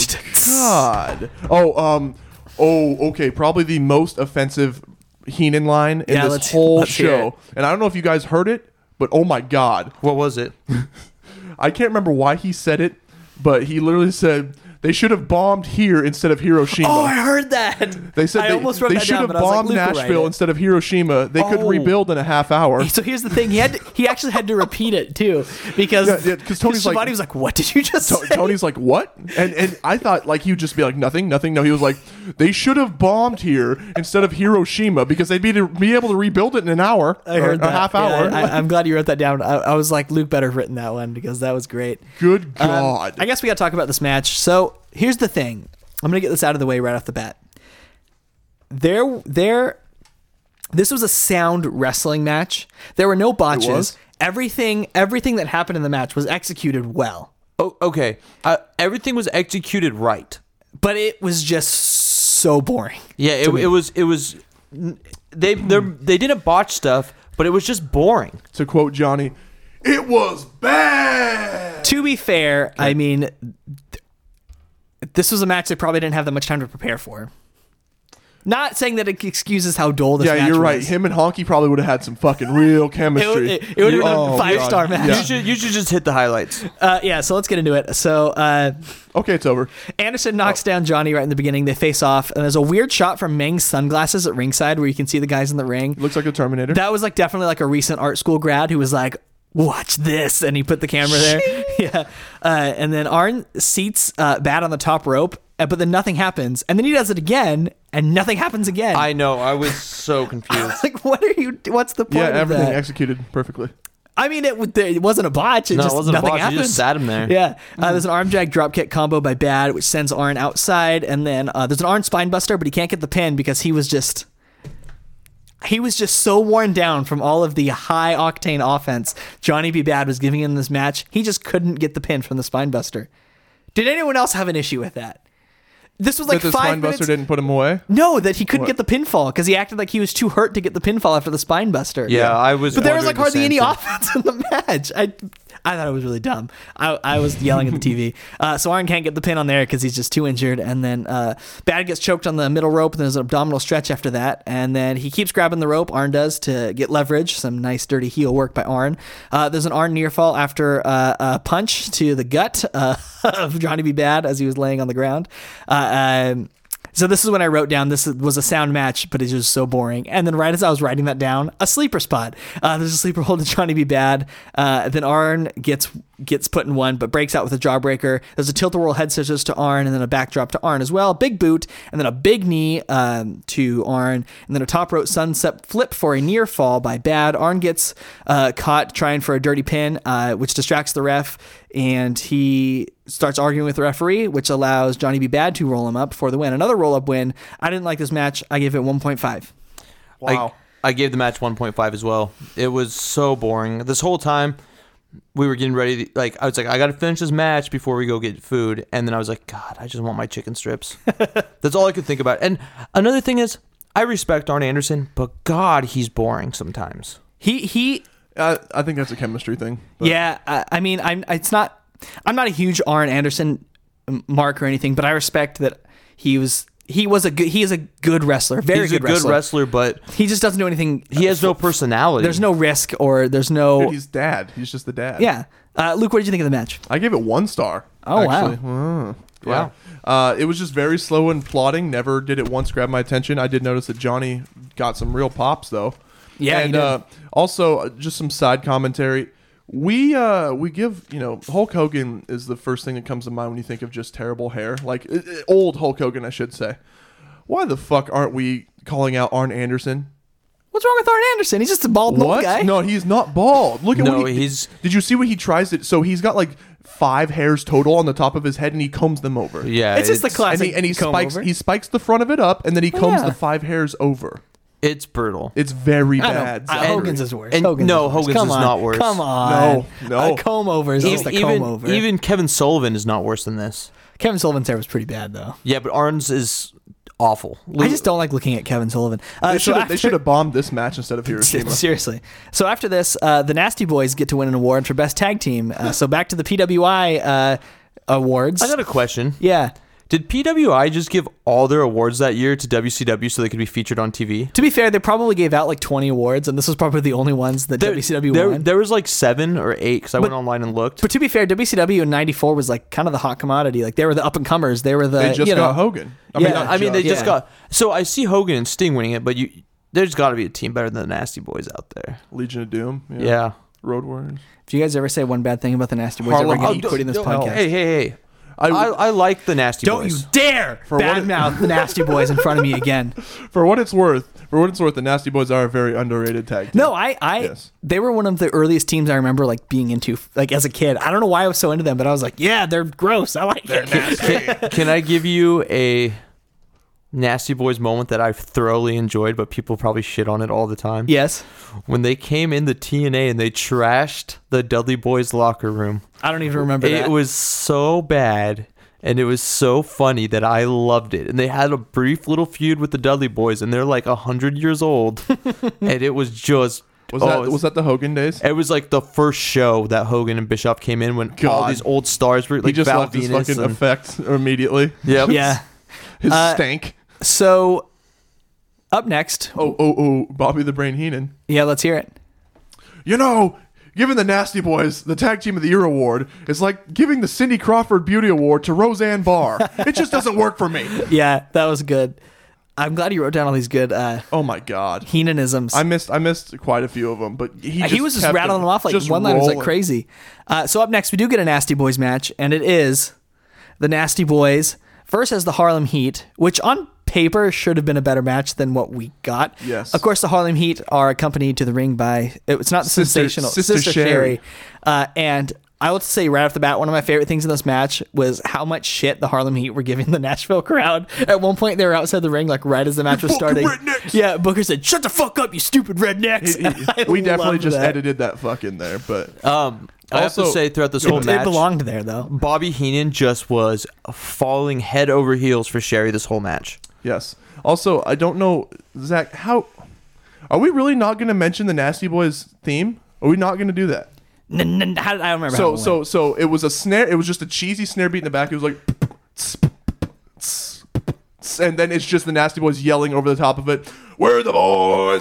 God! Oh um, oh okay. Probably the most offensive Heenan line in
Yeah,
this
let's-
whole
let's hear it.
show, and I don't know if you guys heard it, but oh my God,
What was it?
I can't remember why he said it, but he literally said they should have bombed here instead of Hiroshima.
Oh, I heard that.
They said
I
they,
almost wrote
they
that
should
down,
have
but I was like,
bombed
Luke will write
Nashville
it.
instead of Hiroshima. They could
Oh.
rebuild in a half hour.
So here's the thing: he had to, he actually had to repeat it too because
Yeah, yeah, 'cause Tony's like-
Schiavone was like, "What did you just
To-
say?"
Tony's like, what? And and I thought like he'd just be like nothing, nothing. No, he was like, they should have bombed here instead of Hiroshima because they'd be to be able to rebuild it in an hour
I
or
heard
a
that.
half
Yeah,
hour.
I, am glad you wrote that down. I, I was like, Luke better have written that one because that was great.
Good
Um,
God!
I guess we got to talk about this match. So here's the thing: I'm gonna get this out of the way right off the bat. There, there, this was a sound wrestling match. There were no botches.
was?
Everything, everything that happened in the match was executed well,
Oh, okay. Uh, everything was executed right.
but it was just so boring.
Yeah, it, it was. It was. They they they didn't botch stuff, but it was just boring.
to quote Johnny, it was bad.
To be fair, I mean, th- this was a match they probably didn't have that much time to prepare for. Not saying that it excuses how dull this match
Yeah, you're right.
was.
Him and Honky probably would have had some fucking real chemistry.
It, would have been a
Oh,
five star
God.
match.
You should you should just hit the highlights.
Uh, yeah, so let's get into it. So uh,
Okay, it's over.
Anderson knocks
Oh.
down Johnny right in the beginning. They face off, and there's a weird shot from Meng's sunglasses at ringside where you can see the guys in the ring.
Looks like the Terminator.
That was like definitely like a recent art school grad who was like, "Watch this," and he put the camera there. yeah, uh, and then Arn seats uh, Bat on the top rope, uh, but then nothing happens, and then he does it again, and nothing happens again.
I know. I was so confused.
like, what are you? What's the point?
yeah,
of
everything
that?
executed perfectly.
I mean, it, w- there- it wasn't a botch. It
No, it
just
wasn't a
nothing
botch. You
happened.
just sat him there. Hmm.
Yeah. Uh, there's an arm drag dropkick combo by Bad, which sends Arn outside, and then uh, there's an Arn spine buster, but he can't get the pin because he was just he was just so worn down from all of the high octane offense Johnny B. Bad was giving him this match. He just couldn't get the pin from the spine buster. Did anyone else have an issue with that? This was like
that the
five minutes.
Spinebuster didn't put him away.
no, that he couldn't get the pinfall because he acted like he was too hurt to get the pinfall after the spine buster.
Yeah, I was.
But there was
wondering
like hardly
the same
any
thing.
offense in the match. I, I thought it was really dumb. I, I was yelling at the TV. Uh, so Arn can't get the pin on there because he's just too injured. And then uh, Bad gets choked on the middle rope, and there's an abdominal stretch after that. And then he keeps grabbing the rope. Arn does to get leverage. Some nice dirty heel work by Arn. Uh, there's an Arn near fall after uh, a punch to the gut uh, of Johnny B. Bad as he was laying on the ground. Uh, um, so this is when I wrote down this was a sound match, but it's just so boring. And then right as I was writing that down, a sleeper spot. Uh, there's a sleeper hold to Johnny B. Bad. Uh, then Arn gets gets put in one, but breaks out with a jawbreaker. There's a tilt a whirl head scissors to Arn, and then a backdrop to Arn as well. Big boot, and then a big knee um, to Arn, and then a top rope sunset flip for a near fall by Bad. Arn gets uh, caught trying for a dirty pin, uh, which distracts the ref, and he starts arguing with the referee, which allows Johnny B. Bad to roll him up for the win. Another roll up win. I didn't like this match. I give it 1.5.
Wow.
I, I gave the match 1.5 as well. It was so boring. This whole time we were getting ready. To, like I was like, I gotta finish this match before we go get food. And then I was like, God, I just want my chicken strips. That's all I could think about. And another thing is, I respect Arn Anderson, but God, he's boring sometimes.
He he.
I, I think that's a chemistry thing. but-
Yeah, I, I mean, I'm. It's not. I'm not a huge Arn Anderson m- mark or anything, but I respect that he was. He was a good. He is a good wrestler. Very
He's
good,
a good
wrestler.
wrestler, but
He just doesn't do anything.
he has no personality.
There's no risk or there's no.
Dude, he's dad. He's just the dad.
yeah. Uh, Luke, what did you think of the match?
I gave it one star.
Oh, wow.
actually. wow! Yeah, uh, it was just very slow and plodding. Never did it once grab my attention. I did notice that Johnny got some real pops though.
Yeah, he
and
did.
Uh, also uh, just some side commentary. We uh, we give you know Hulk Hogan is the first thing that comes to mind when you think of just terrible hair, like uh, uh, old Hulk Hogan, I should say. Why the fuck aren't we calling out Arn Anderson?
What's wrong with Arn Anderson? He's just a bald old
What?
guy.
No, he's not bald. Look at
No,
what he,
he's-
Did you see what he tries to? So he's got like five hairs total on the top of his head, and he combs them over.
Yeah,
It's just the
and
classic.
he, and he
comb
spikes
over. Oh,
he spikes the front of it up, and then he combs
yeah.
the five hairs over.
it's brutal.
It's very
I don't-
bad.
I-
Zachary.
Hogan's is worse.
and-
Hogan's
no,
is worse.
Hogan's
Come
is
on.
not worse.
Come on.
No, no.
A comb over is just a
Even,
comb
even,
over.
even Kevin Sullivan is not worse than this.
Kevin Sullivan's hair was pretty bad though.
Yeah, but Arn's is awful.
I just don't like looking at Kevin Sullivan. Uh,
they
so
should have
after-
they should have bombed this match instead of Hiroshima.
Seriously. So after this, uh, the Nasty Boys get to win an award for best tag team. Uh, so back to the PWI uh, awards.
I got a question.
yeah.
Did PWI just give all their awards that year to WCW so they could be featured on TV?
To be fair, they probably gave out like 20 awards, and this was probably the only ones that WCW
there,
won.
there was like seven or eight because I went online and looked.
but to be fair, WCW in '94 was like kind of the hot commodity. Like they were the up and comers. They were the
uh,
They just
you know,
got Hogan. I
Yeah,
mean, not
I mean, they just
Yeah.
got. So I see Hogan and Sting winning it, but you, there's got to be a team better than the Nasty Boys out there.
Legion of Doom. Yeah.
Yeah.
Road Warriors.
If you guys ever say one bad thing about the Nasty Boys,
Harlem
ever again,
Heat.
I'm
Oh,
quitting this
no,
podcast.
Hey, hey, hey! I,
I would-
I, like the Nasty
Don't
Boys.
you dare
For what it-
badmouth the Nasty Boys in front of me again.
For what it's worth, for what it's worth, the Nasty Boys are a very underrated tag team.
No, I, I,
Yes.
they were one of the earliest teams I remember like being into, like as a kid. I don't know why I was so into them, but I was like, yeah, they're gross. I like it.
Can I give you a Nasty Boys moment that I've thoroughly enjoyed, but people probably shit on it all the time?
Yes,
When they came in the TNA and they trashed the Dudley Boys locker room,
I don't even remember
it
that.
was so bad. And it was so funny that I loved it. And they had a brief little feud with the Dudley Boys, and they're like hundred years old. and it was just
Was
oh,
that
it was-
was that the Hogan days?
It was like the first show that Hogan and Bischoff came in when all
God.
these old stars were like
he just
Val
left his
Venis
fucking
and-
effect immediately.
Yep.
yeah.
His
Uh,
stank.
So, up next,
Oh oh oh, Bobby the Brain Heenan.
yeah, let's hear it.
You know, giving the Nasty Boys the Tag Team of the Year award is like giving the Cindy Crawford Beauty Award to Roseanne Barr. it just doesn't work for me.
Yeah, that was good. I'm glad you wrote down all these good uh,
Oh my god.
Heenanisms.
I missed I missed quite a few of them, but he
Uh,
just
he was just
kept
rattling them off like
just
one line was like
rolling.
crazy. Uh, so up next, we do get a Nasty Boys match, and it is the Nasty Boys versus the Harlem Heat, which on paper should have been a better match than what we got.
Yes.
Of course, the Harlem Heat are accompanied to the ring by it's not
Sister-
sensational
Sister Sherry.
uh, and. I will say right off the bat, one of my favorite things in this match was how much shit the Harlem Heat were giving the Nashville crowd. At one point, they were outside the ring, like right as the match was
fucking
starting.
rednecks.
Yeah, Booker said, "Shut the fuck up, you stupid rednecks."
He- he-
I
we definitely
loved
just
that. Uh,
edited that fuck in there, but
Um, I have to
Also-
say throughout this
It
whole
did
match,
belong there though.
Bobby Heenan just was falling head over heels for Sherry this whole match.
Yes. Also, I don't know, Zach. How are we really not going to mention the Nasty Boys theme? Are we not going to do that?
N- n- how did, I don't remember. how
So,
it
so, so it was a snare. It was just a cheesy snare beat in the back. It was like, and then it's just the Nasty Boys yelling over the top of it. We're the boys.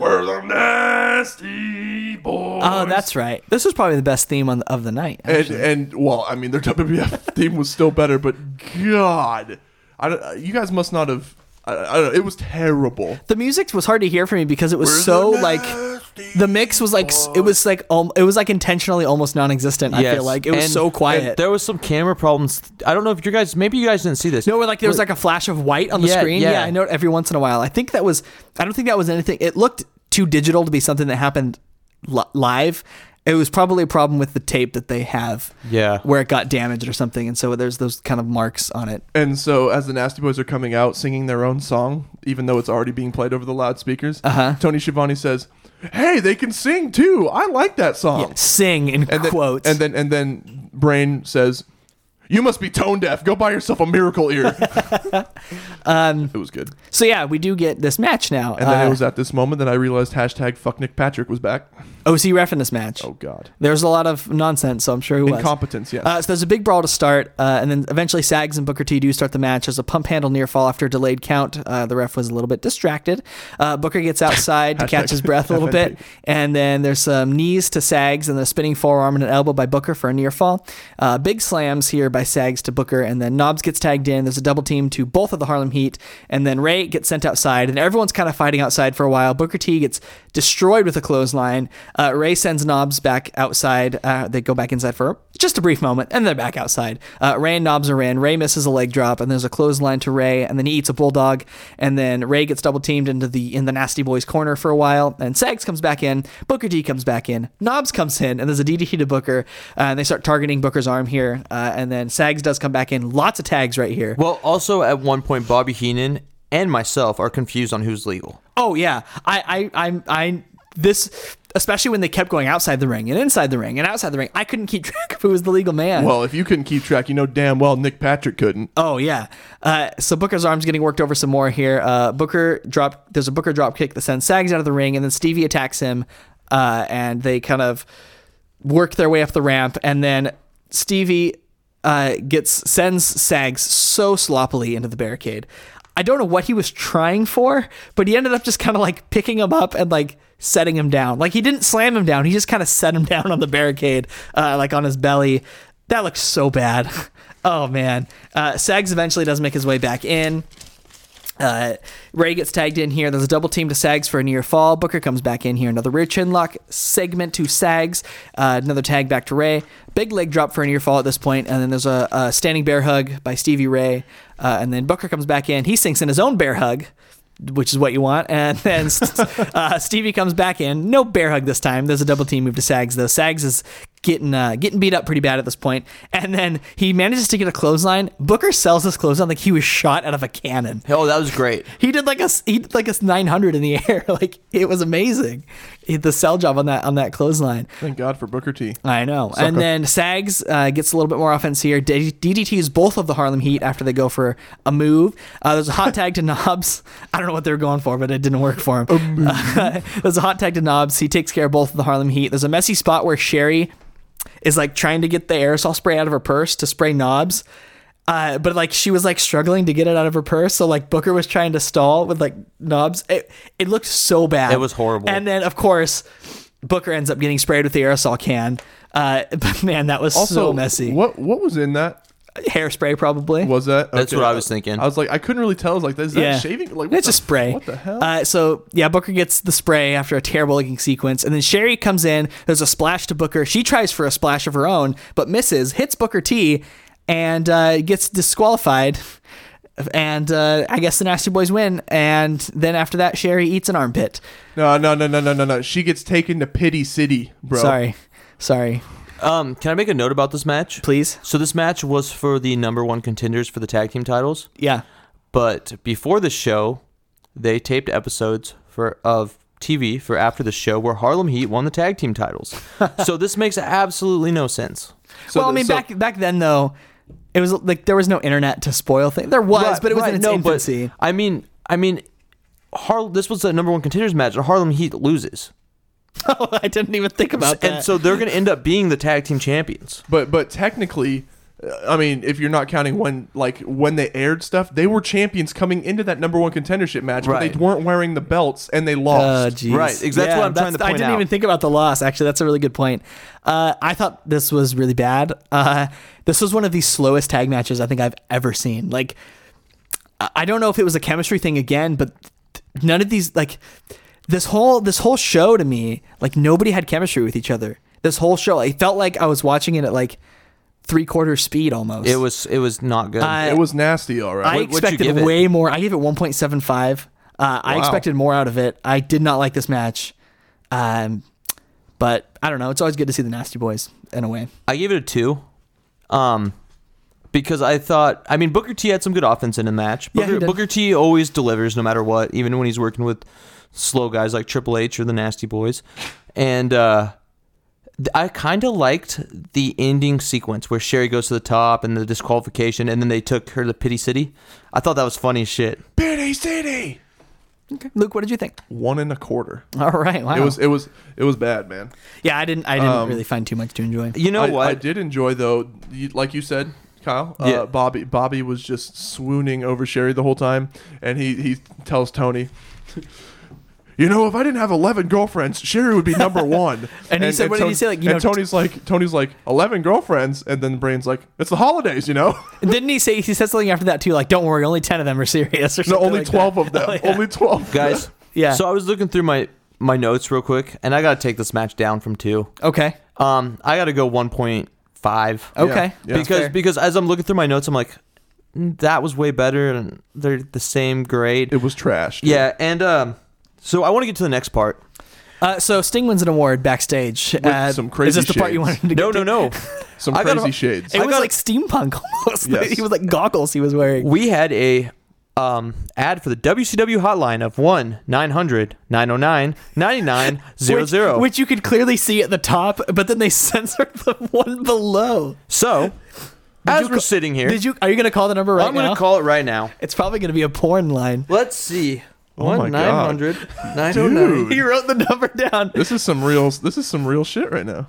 We're the Nasty Boys.
went. oh, that's right. This was probably the best theme on the, of the night.
And and well, I mean, their WWF theme was still better, but God, I don't, you guys must not have. I, I don't know. It was terrible.
the music was hard to hear for me because it was so like the mix was like s- it was like um, it was like intentionally almost non-existent. I feel like it was
And-
so
and
quiet.
There was some camera problems. I don't know if you guys, maybe you guys didn't see this.
no, where like there was like a flash of white on the
Yeah,
screen.
yeah.
Yeah. I know it every once in a while. I think that was. I don't think that was anything. It looked too digital to be something that happened li- live. It was probably a problem with the tape that they have.
Yeah.
where it got damaged or something, and so there's those kind of marks on it.
And so, as the Nasty Boys are coming out singing their own song, even though it's already being played over the loudspeakers, uh-huh. Tony Schiavone says, "Hey, they can sing too. I like that song."
Sing in
And then,
quotes.
And then, and then, Brain says, "You must be tone deaf. Go buy yourself a miracle ear." um, it was good.
So yeah, we do get this match now.
And then
uh,
it was at this moment that I realized hashtag Fuck Nick Patrick was back.
OC ref in this match.
Oh God,
There's a lot of nonsense, so I'm sure he was.
incompetence. Yes.
Uh, so there's a big brawl to start, uh, and then eventually Sags and Booker T do start the match. There's a pump handle near fall after a delayed count. Uh, the ref was a little bit distracted. Uh, Booker gets outside to catch his breath a little bit, and then there's some knees to Sags and the spinning forearm and an elbow by Booker for a near fall. Uh, big slams here by by Sags to Booker, and then Knobs gets tagged in. There's a double team to both of the Harlem Heat, and then Ray gets sent outside, and everyone's kind of fighting outside for a while. Booker T gets destroyed with a clothesline. Uh, Ray sends Knobs back outside. Uh, they go back inside for just a brief moment, and they're back outside. Uh, Ray and Knobs are in. Ray misses a leg drop, and there's a clothesline to Ray, and then he eats a bulldog, and then Ray gets double teamed into the in the Nasty Boys corner for a while, and Sags comes back in. Booker D comes back in. Knobs comes in, and there's a DDT to Booker, uh, and they start targeting Booker's arm here, uh, and then Sags does come back in. Lots of tags right here.
Well, also at one point, Bobby Heenan and myself are confused on who's legal.
Oh yeah, I I I, I this. Especially when they kept going outside the ring and inside the ring and outside the ring, I couldn't keep track of who was the legal man.
Well, if you couldn't keep track, you know damn well Nick Patrick couldn't.
Oh yeah. Uh, so Booker's arm's getting worked over some more here. Uh, Booker drop. There's a Booker drop kick that sends Sags out of the ring, and then Stevie attacks him, uh, and they kind of work their way up the ramp, and then Stevie uh, gets sends Sags so sloppily into the barricade. I don't know what he was trying for, but he ended up just kind of like picking him up and like setting him down. Like he didn't slam him down; he just kind of set him down on the barricade, uh, like on his belly. That looks so bad. Oh man. Uh, Sags eventually does make his way back in. Uh, Ray gets tagged in here. There's a double team to Sags for a near fall. Booker comes back in here. Another rear chin lock segment to Sags. Uh, another tag back to Ray. Big leg drop for a near fall at this point, And then there's a, a standing bear hug by Stevie Ray. Uh, and then Booker comes back in. He sinks in his own bear hug, which is what you want. And then uh, Stevie comes back in. No bear hug this time. There's a double team move to Sags though. Sags is getting uh, getting beat up pretty bad at this point. And then he manages to get a clothesline. Booker sells this clothesline like he was shot out of a cannon.
Oh, that was great.
He did like a he did like a 900 in the air. like it was amazing. He- The sell job on that on that clothesline.
Thank God for Booker T.
I know. And then Sags uh, gets a little bit more offense here. D- DDTs both of the Harlem Heat after they go for a move. Uh, there's a hot tag to Knobs. I don't know what they were going for, but it didn't work for him. Uh, there's a hot tag to Knobs. He takes care of both of the Harlem Heat. There's a messy spot where Sherry is like trying to get the aerosol spray out of her purse to spray Knobs. Uh, but like she was like struggling to get it out of her purse, so like Booker was trying to stall with like knobs. It it looked so bad.
It was horrible.
And then of course, Booker ends up getting sprayed with the aerosol can. Uh, but man, that was so messy.
What what was in that?
Hairspray probably.
Was that?
That's what I was thinking.
I was like, I couldn't really tell. I was like, is that
yeah.
shaving? Like, what
it's
the-
a spray.
What the hell?
Uh, so yeah, Booker gets the spray after a terrible looking sequence, and then Sherry comes in. There's a splash to Booker. She tries for a splash of her own, but misses, hits Booker T, and uh, gets disqualified. And uh, I guess the Nasty Boys win. And then after that, Sherry eats an armpit.
no, no, no, no, no, no, no. She gets taken to Pity City, bro.
Sorry, sorry.
Um, can I make a note about this match?
Please,
So this match was for the number one contenders for the tag team titles,
yeah.
but before the show, they taped episodes for of TV for after the show where Harlem Heat won the tag team titles. so this makes absolutely no sense.
So
well, I
the-
mean,
so-
back back then though, it was like there was no internet to spoil things. There was,
Right,
but it was
right,
in its
no, but
infancy.
I mean, I mean, Har- This was the number one contenders match. and Harlem Heat loses,
I didn't even think about that.
and so they're going to end up being the tag team champions.
But but technically, uh, I mean, if you're not counting when like when they aired stuff, they were champions coming into that number one contendership match,
Right.
but they weren't wearing the belts and they lost.
Oh, geez.
Right, ex- that's what I'm trying to
I
point
didn't
out.
even think about the loss. Actually, that's a really good point. Uh, I thought this was really bad. Uh, this was one of the slowest tag matches I think I've ever seen. Like, I I don't know if it was a chemistry thing again, but th- none of these like this whole this whole show to me like nobody had chemistry with each other. This whole show, it felt like I was watching it at like three quarter speed almost.
It was it was not good.
I-
it was nasty, all right.
I
What- what'd you
expected
give it?
way more. I gave it 1.75. Uh, I
Wow.
expected more out of it. I did not like this match. Um, but I don't know. It's always good to see the Nasty Boys in a way.
I gave it a two, um, because I thought I mean Booker T had some good offense in the match.
Yeah, he
Booker,
did.
Booker T always delivers no matter what, even when he's working with slow guys like Triple H or the Nasty Boys, and uh, th- I kind of liked the ending sequence where Sherry goes to the top and the disqualification, and then they took her to Pity City. I thought that was funny as shit.
Pity City.
Luke, what did you think?
One and a quarter.
All right. Wow.
It was um, it was it was bad, man.
yeah, I didn't. I didn't really find too much to enjoy.
You know
I,
what?
I did enjoy though, you, like you said, Kyle. Uh,
Yeah.
Bobby Bobby was just swooning over Sherry the whole time, and he he tells Tony, you know, if I didn't have eleven girlfriends, Sherry would be number one.
And he said- what did he say, like, you
and
know,
Tony's like, Tony's like, eleven girlfriends, and then Brain's like, it's the holidays, you know.
And didn't he say he said something after that too? Like, don't worry, only ten of them are serious. Or
No,
something
only
like that. Oh,
twelve of them. Only twelve
guys.
Yeah.
So I was looking through my my notes real quick, and I got to take this match down from two.
Okay.
Um, I got to go one point five.
Okay.
Yeah.
That's
because
fair.
because as I'm looking through my notes, I'm like, "Mm, that was way better, and they're the same grade.
It was trash. dude.
yeah, and um, so I want to get to the next part.
uh, so Sting wins an award backstage. uh,
some crazy
Is this the part you
shades.
wanted to
No,
get to?
no, no.
some
I gotta-
crazy shades.
It
I
was
got-
like steampunk almost.
Yes.
he was like goggles he was wearing.
we had a um, ad for the WCW hotline of 1 900 909
Which, which you could clearly see at the top, but then they censored the one below.
So, as
you
we're
ca-
sitting here,
Did you? Are you going to call the number right
I'm
now?
going to call it right now.
It's probably going to be a porn line.
Let's see.
Oh my
1 900
Dude.
909.
He wrote the number down.
This is some real. This is some real shit right now.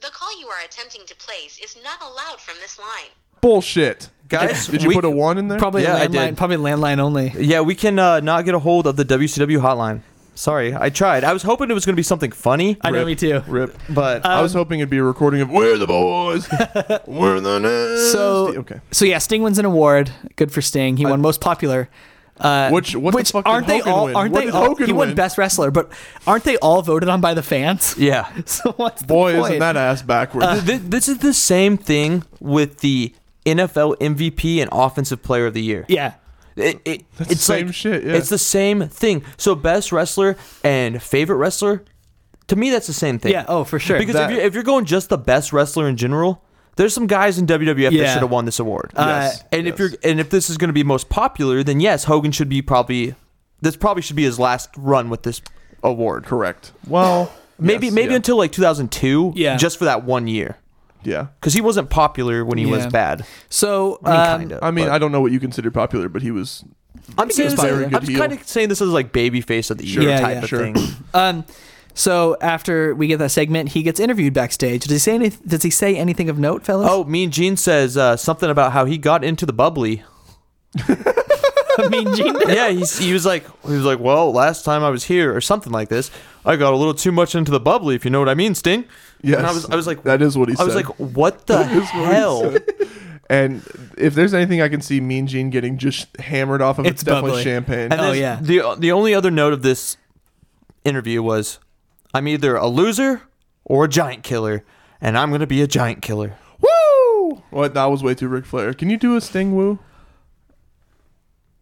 The call you are attempting to place is not allowed from this line.
Bullshit,
Guys,
Did you
we-
put a one in there?
Probably
Yeah, I
landline.
did.
Probably landline only.
Yeah, we can uh, not get a hold of the WCW hotline. Sorry, I tried. I was hoping it was going to be something funny,
I know
Rip.
me too. Uh,
Rip.
but
I
Um,
was hoping it'd be a recording of "We're the Boys." We're the nasty.
So
okay.
So yeah, Sting wins an award. Good for Sting. He won most popular. Uh,
Which- what the
which
fuck did
aren't they
Hogan
all?
win?
Aren't
What
they
did
all?
Hogan
he won
win?
best wrestler, but aren't they all voted on by the fans?
yeah.
So what's
Boy,
the point?
isn't that ass backwards?
Uh,
Th- this is the same thing with the NFL MVP and Offensive Player of the Year.
yeah.
It, it,
the
it's
same
like,
shit, yeah.
It's the same thing. So best wrestler and favorite wrestler, to me, that's the same thing.
Yeah. Oh, for sure.
because
that-
if you're if you're going just the best wrestler in general, there's some guys in WWF that
Yeah. Uh,
should have won this award.
Yes,
and if
yes.
you're and if this is going to be most popular, then yes, Hogan should be probably this probably should be his last run with this award.
Correct. Well,
Maybe
yes,
maybe
yeah.
until like 2002.
Yeah.
just for that one year.
yeah.
Because he wasn't popular when he was
Yeah.
bad.
so.
I mean,
um,
kinda,
I mean,
but-
I don't know what you consider popular, but he was.
I'm saying
was
this,
very
I'm
good heel.
kind of saying this as like babyface of the year
Yeah,
type
yeah.
of
Sure.
thing.
Um, so after we get that segment, he gets interviewed backstage. Does he say any? Does he say anything of note, fellas?
Oh, Mean Gene says uh, something about how he got into the bubbly.
I mean, Gene.
yeah, he, he was like he was like, well, last time I was here or something like this, I got a little too much into the bubbly, if you know what I mean, Sting.
Yes.
and I was I was like
that is what he
I was
said.
like, what the hell?
and if there's anything I can see Mean Gene getting just hammered off of, it's,
It's
definitely
bubbly.
champagne.
And
Oh,
this-
yeah.
The the only other note of this interview was, I'm either a loser or a giant killer, and I'm gonna be a giant killer.
woo! What? That was way too Ric Flair. Can you do a Sting woo?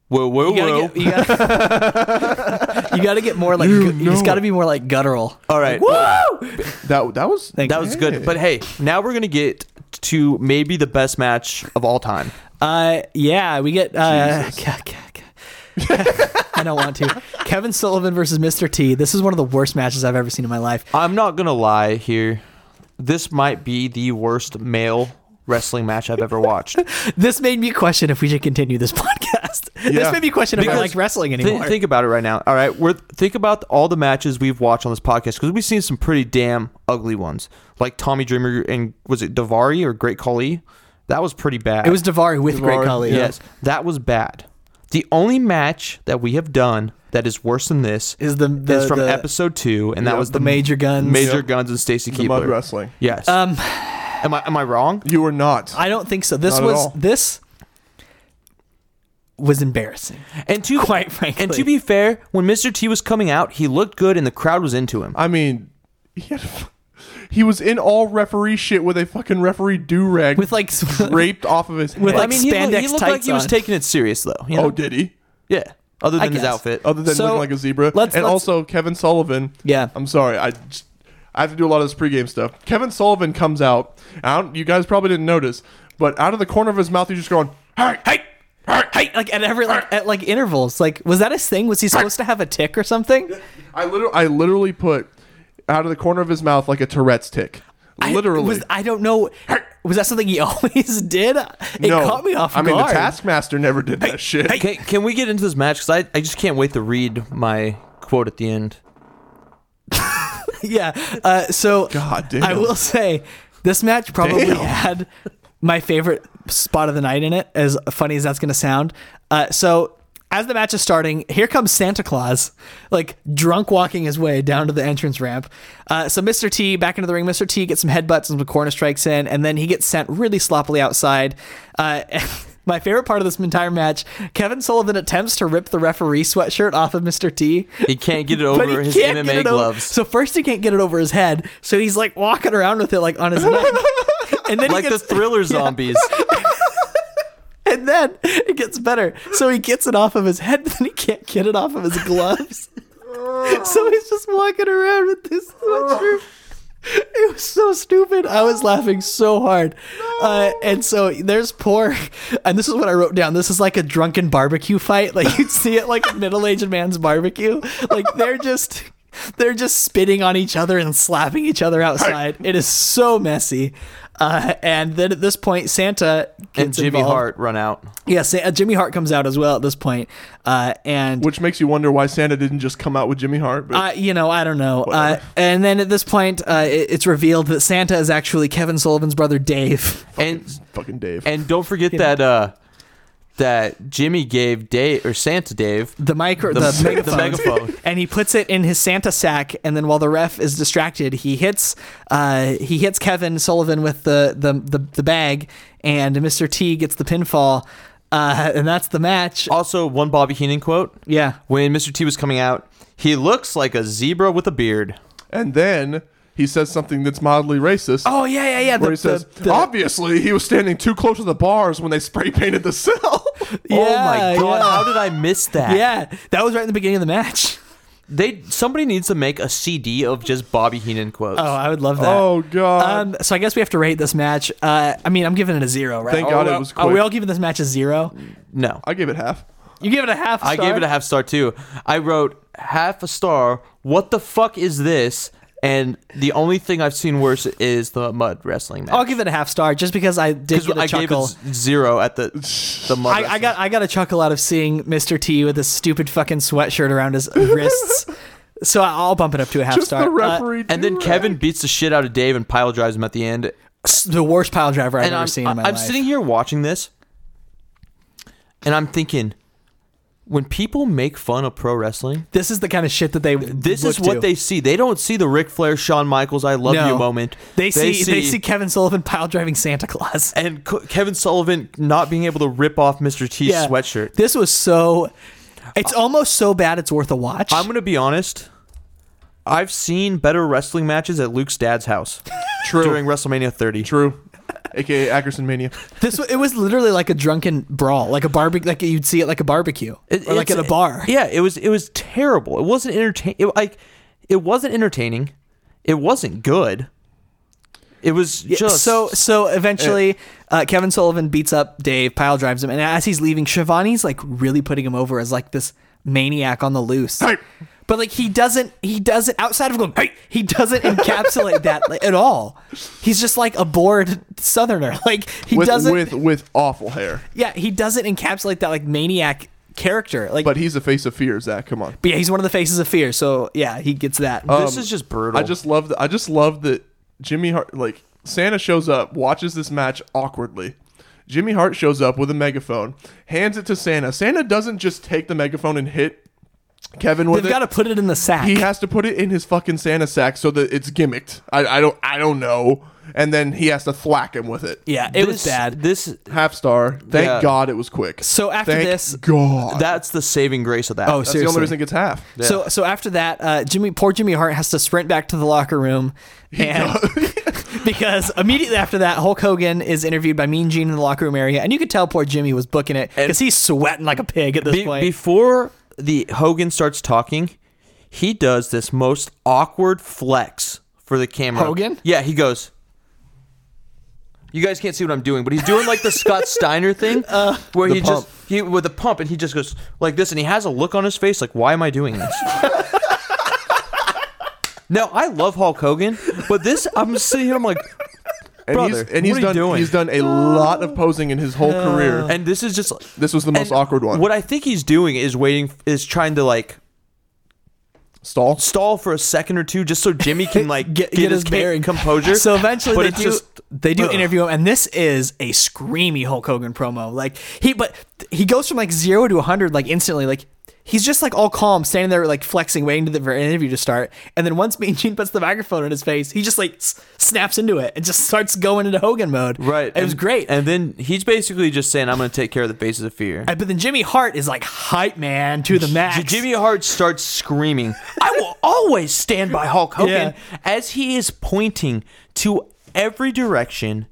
Whoa, whoa,
You gotta,
whoa!
get, you, gotta, you gotta get more like
You
gu- it's
know
gotta
it.
be more like guttural.
All right,
That that was
Thank
that was good. But hey, now we're gonna get to maybe the best match of all time.
Uh, yeah, we get. Uh, I don't want to. Kevin Sullivan versus Mr. T. This is one of the worst matches I've ever seen in my life.
I'm not gonna lie here. This might be the worst male wrestling match I've ever watched.
This made me question if we should continue this podcast.
Yeah.
This made me question if I
Because
like wrestling
Thi-
anymore.
think about it right now. All right, we're think about all the matches we've watched on this podcast because we've seen some pretty damn ugly ones, like Tommy Dreamer and was it Davari or Great Khali? That was pretty bad.
it was Davari with Great
Daivari,
Khali.
yes, that was bad. The only match that we have done that is worse than this
Is the, the
is from
the-
episode two, and that
Yep.
was
the major guns.
Major
Yep.
Guns and Stacy
The mud
Keebler.
wrestling.
Yes.
Um,
am I am I wrong?
You were not.
I don't think so. This
Not at
was
all.
this was embarrassing.
And to
Quite frankly.
and to be fair, when Mr. T was coming out, he looked good and the crowd was into him.
I mean, he, had, he was in all referee shit with a fucking referee do rag
With like
draped off of his
With,
head.
like,
he, looked-
spandex
he looked like
tights
he was
on.
taking it serious though. you
oh,
know?
did he?
yeah. Other
I
than his
guess.
outfit.
Other than
So,
looking like a zebra.
let's-
and
let's-
also Kevin Sullivan.
Yeah.
I'm sorry. I just- I have to do a lot of this pregame stuff. Kevin Sullivan comes out. I don't, you guys probably didn't notice, but out of the corner of his mouth, he's just going, "Hey, hey, hey, hey!"
like at every like at like intervals. Like was that his thing? Was he supposed to have a tick or something?
I literally, I literally put out of the corner of his mouth like a Tourette's tick.
I-
Literally.
was I don't know. Was that something he always did? It
no,
caught me off
I
guard.
mean, the Taskmaster never did that shit.
Can, can we get into this match? Because I, I just can't wait to read my quote at the end.
yeah. Uh, so
God damn.
I will say this match probably
Damn.
had my favorite spot of the night in it. As funny as that's going to sound, uh, so As the match is starting, here comes Santa Claus, like drunk walking his way down to the entrance ramp. Uh, so Mr. T back into the ring. Mr. T gets some headbutts and some corner strikes in, and then he gets sent really sloppily outside. Uh, My favorite part of this entire match, Kevin Sullivan attempts to rip the referee sweatshirt off of Mr. T.
He can't get it over
But he
his
can't get
MMA
it over-
gloves.
So first he can't get it over his head, so he's like walking around with it like on his neck. And then
like
he
the
gets,
thriller zombies.
and then it gets better. So he gets it off of his head, but then he can't get it off of his gloves. so he's just walking around with this sweatshirt. It was so stupid. I was laughing so hard. Uh, and so there's poor, and this is what I wrote down. This is like a drunken barbecue fight. Like you'd see it like a middle aged man's barbecue. Like they're just. They're just spitting on each other and slapping each other outside. It is so messy. Uh, and then at this point, Santa gets
and Jimmy
involved.
Hart run out.
Yeah, Sa- uh, Jimmy Hart comes out as well at this point, uh, and
Which makes you wonder why Santa didn't just come out with Jimmy Hart. But
uh, you know I don't know. Uh,
Whatever.
and then at this point, uh, it- it's revealed that Santa is actually Kevin Sullivan's brother Dave.
And
fucking Dave.
and don't forget that uh that Jimmy gave Dave or Santa Dave
The micro, the,
the,
megaphone.
the megaphone.
and he puts it in his Santa sack, and then while the ref is distracted, he hits uh, he hits Kevin Sullivan with the the, the the bag, and Mr. T gets the pinfall, uh, and that's the match.
Also, one Bobby Heenan quote.
Yeah,
When Mr. T was coming out, he looks like a zebra with a beard.
And then he says something that's mildly racist.
Oh yeah, yeah, yeah. The-
Where he says,
the-
"Oh,
the-
obviously, he was standing too close to the bars when they spray painted the cell.
oh my
Yeah,
god,
yeah.
how did I miss that?
yeah, that was right in the beginning of the match.
They somebody needs to make a CD of just Bobby Heenan quotes.
Oh, I would love that.
oh, God.
Um, so I guess we have to rate this match. Uh, I mean, I'm giving it a zero, right?
Thank
Oh,
Are
God
we-
it was
Are we
quick.
all giving this match a zero?
no.
I gave it half.
You give it a half. Star?
I gave it a half star too. I wrote half a star. What the fuck is this? And the only thing I've seen worse is the mud wrestling match.
I'll give it a half star just because I did
'Cause
get a
I gave it
chuckle.
z- zero at the the mud.
I, I
wrestling.
got I got a chuckle out of seeing Mr. T with this stupid fucking sweatshirt around his wrists. So I- I'll bump it up to a half
Just
star.
the
Uh,
referee.
And then
do-rag.
Kevin beats the shit out of Dave and pile drives him at the end.
s- the worst pile driver I've
and
ever
I'm,
seen in my
I'm
life.
sitting here watching this, and I'm thinking, when people make fun of pro wrestling,
this is the kind of shit that they.
this is
look
what
to.
they see. They don't see the Ric Flair, Shawn Michaels, "I love
No.
you" moment.
They see, they see Kevin Sullivan pile driving Santa Claus.
and K- Kevin Sullivan not being able to rip off Mr. T's
Yeah.
sweatshirt.
This was so. It's almost so bad it's worth a watch.
I'm gonna be honest. I've seen better wrestling matches at Luke's dad's house
True.
during WrestleMania 30.
True. AKA Ackerson Mania.
This it was literally like a drunken brawl, like a barbecue, like you'd see it like a barbecue,
It-
or like at
it's-
a bar.
Yeah, it was it was terrible. It wasn't entertain. It, like it wasn't entertaining. It wasn't good. It was just
so so eventually, uh, Kevin Sullivan beats up Dave, pile drives him, and as he's leaving, Shivani's like really putting him over as like this maniac on the loose.
Hey!
But like he doesn't, he doesn't outside of going, hey, he doesn't encapsulate that like, at all. He's just like a bored Southerner. Like he
With,
doesn't,
with, with awful hair.
yeah, he doesn't encapsulate that like maniac character. Like,
But
but,
he's a face of fear, Zach. Come on.
yeah, he's one of the faces of fear. So yeah, he gets that.
Um,
this is just brutal.
I just love that. I just love that Jimmy Hart, like Santa, shows up, watches this match awkwardly. Jimmy Hart shows up with a megaphone, hands it to Santa. Santa doesn't just take the megaphone and hit Kevin with
They've
it.
got to put it in the sack.
he has to put it in his fucking Santa sack so that it's gimmicked. I, I don't I don't know. And then he has to thwack him with it.
Yeah, it
this,
was bad. Uh,
This
Half star. Thank
Yeah.
God it was quick.
So after
Thank
this-
God.
that's the saving grace of that.
Oh,
That's the
seriously.
only reason it gets half.
So so after that, uh, Jimmy, poor Jimmy Hart has to sprint back to the locker room, and because immediately after that, Hulk Hogan is interviewed by Mean Gene in the locker room area, and you could tell poor Jimmy was booking it because he's sweating like a pig at this
Be-
point.
before the Hogan starts talking, he does this most awkward flex for the camera.
Hogan?
Yeah, he goes. You guys can't see what I'm doing, but he's doing like the Scott Steiner thing,
Uh,
where he
pump.
just he with a pump, and he just goes like this, and he has a look on his face like, "Why am I doing this?" now I love Hulk Hogan, but this I'm sitting here, I'm like,
And
brother,
he's and he's
what are you
done
doing?
he's done a lot of posing in his whole career.
and this is just
This was the most
And
awkward one.
What I think he's doing is waiting, is trying to like
Stall.
stall for a second or two just so Jimmy can like
get, get his bearing
composure.
So eventually
but
they
it's
do
just
they do interview him, and this is a screamy Hulk Hogan promo. Like he, but he goes from like zero to hundred like instantly. Like he's just like all calm, standing there like flexing, waiting to the for an interview to start. And then once Mean Gene puts the microphone in his face, he just like s- snaps into it and just starts going into Hogan mode.
right.
it was
and-
great.
And then he's basically just saying, "I'm going to take care of the bases of fear."
Uh, but then Jimmy Hart is like hype man to the max.
Jimmy Hart starts screaming, I will always stand by Hulk Hogan
Yeah.
as he is pointing to every direction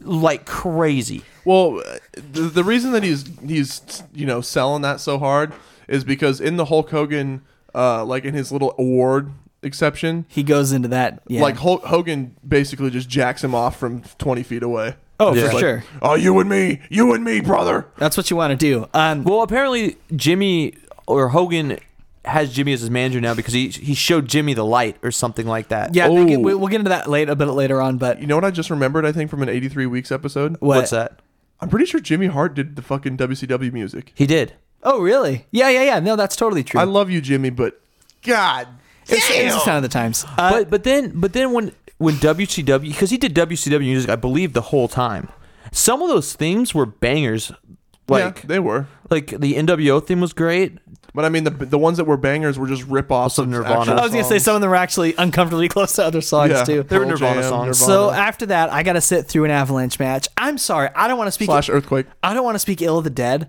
like crazy.
Well, uh, the, the reason that he's he's you know selling that so hard is because in the Hulk Hogan, uh, like in his little award exception,
he goes into that yeah.
like Hulk Hogan basically just jacks him off from twenty feet away.
oh
Yeah.
for
Like-
sure.
Oh, you and me, you and me, brother.
That's what you want to do. Um,
Well, apparently Jimmy or Hogan has Jimmy as his manager now because he he showed Jimmy the light or something like that.
yeah,
oh.
we, we, we'll get into that later a bit later on, but.
You know what I just remembered? I think from an '83 weeks episode.
What?
What's that?
I'm pretty sure Jimmy Hart did the fucking WCW music.
He did.
Oh, really? Yeah, yeah, yeah. No, that's totally true.
I love you, Jimmy, but God,
it's, it's the sound of the times. Uh,
but but then but then when when WCW because he did WCW music I believe the whole time. Some of those themes were bangers. Like
yeah, they were.
like the NWO theme was great.
But I mean, the the ones that were bangers were just rip offs
Also
of
Nirvana.
actual
I
I was gonna say
songs.
some of them were actually uncomfortably close to other songs
Yeah,
too.
They were
Pearl
Nirvana
Jam,
songs.
So
Nirvana,
after that, I gotta sit through an Avalanche match. I'm sorry, I don't want to speak.
slash earthquake.
I don't want to speak ill of the dead,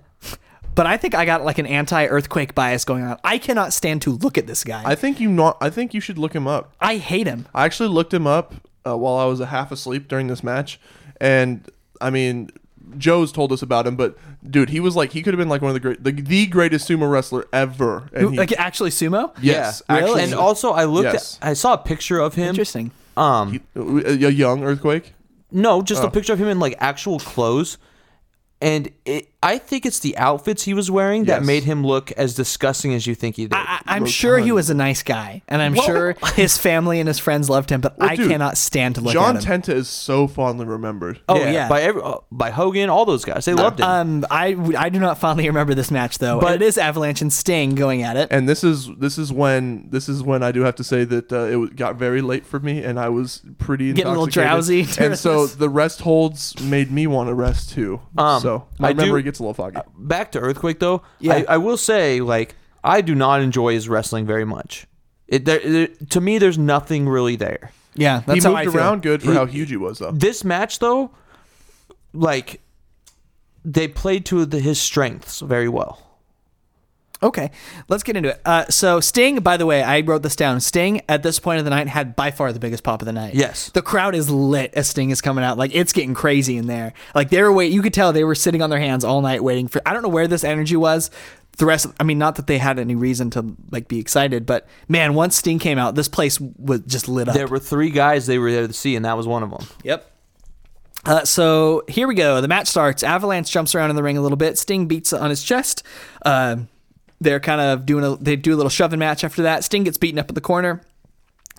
but I think I got like an anti-earthquake bias going on. I cannot stand to look at this guy.
I
I,
think you not. I think you should look him up.
hate him.
I actually looked him up uh, while I was a half asleep during this match, and I mean, Joe's told us about him, but dude, he was like he could have been like one of the great, the, the greatest sumo wrestler ever. And he,
like actually, sumo.
yes,
Yeah.
actually,
And also I looked
Yes.
at, I saw a picture of him.
Interesting.
Um
a a young earthquake.
No, just
Oh.
a picture of him in like actual clothes. And it, I think it's the outfits he was wearing that
Yes.
made him look as disgusting as you think he did.
I, I'm sure he was a nice guy, and I'm sure his family and his friends loved him. But I
dude,
cannot stand to look
John
at him.
Tenta is so fondly remembered.
oh yeah.
by every, uh, by Hogan, all those guys, they loved him.
Um, I, I do not fondly remember this match though, but it is Avalanche and Sting going at it.
and this is this is when this is when I do have to say that uh, it got very late for me, and I was pretty
Getting a little
intoxicated.
drowsy during
And so
this.
the rest holds made me want to rest too.
Um,
so my
I do-
memory gets a little
Uh,
foggy.
Back to Earthquake though,
Yeah.
I, I will say like I do not enjoy his wrestling very much. It, there, there- to me, there's nothing really there.
yeah, that's
he
how
moved
I feel.
around good for how huge he was though.
This match though, like they played to the, his strengths very well.
Okay, let's get into it. Uh, so Sting, by the way, I wrote this down. Sting at this point of the night had by far the biggest pop of the night.
Yes.
the crowd is lit as Sting is coming out. Like it's getting crazy in there. Like they were wait, you could tell they were sitting on their hands all night waiting for. I don't know where this energy was. The rest, I mean, not that they had any reason to like be excited, but man, once Sting came out, this place was just lit up.
There were three guys they were there to see, and that was one of them.
Yep. Uh, so here we go. The match starts. Avalanche jumps around in the ring a little bit. Sting beats on his chest. Uh, they're kind of doing a they do a little shoving match after that. Sting gets beaten up in the corner.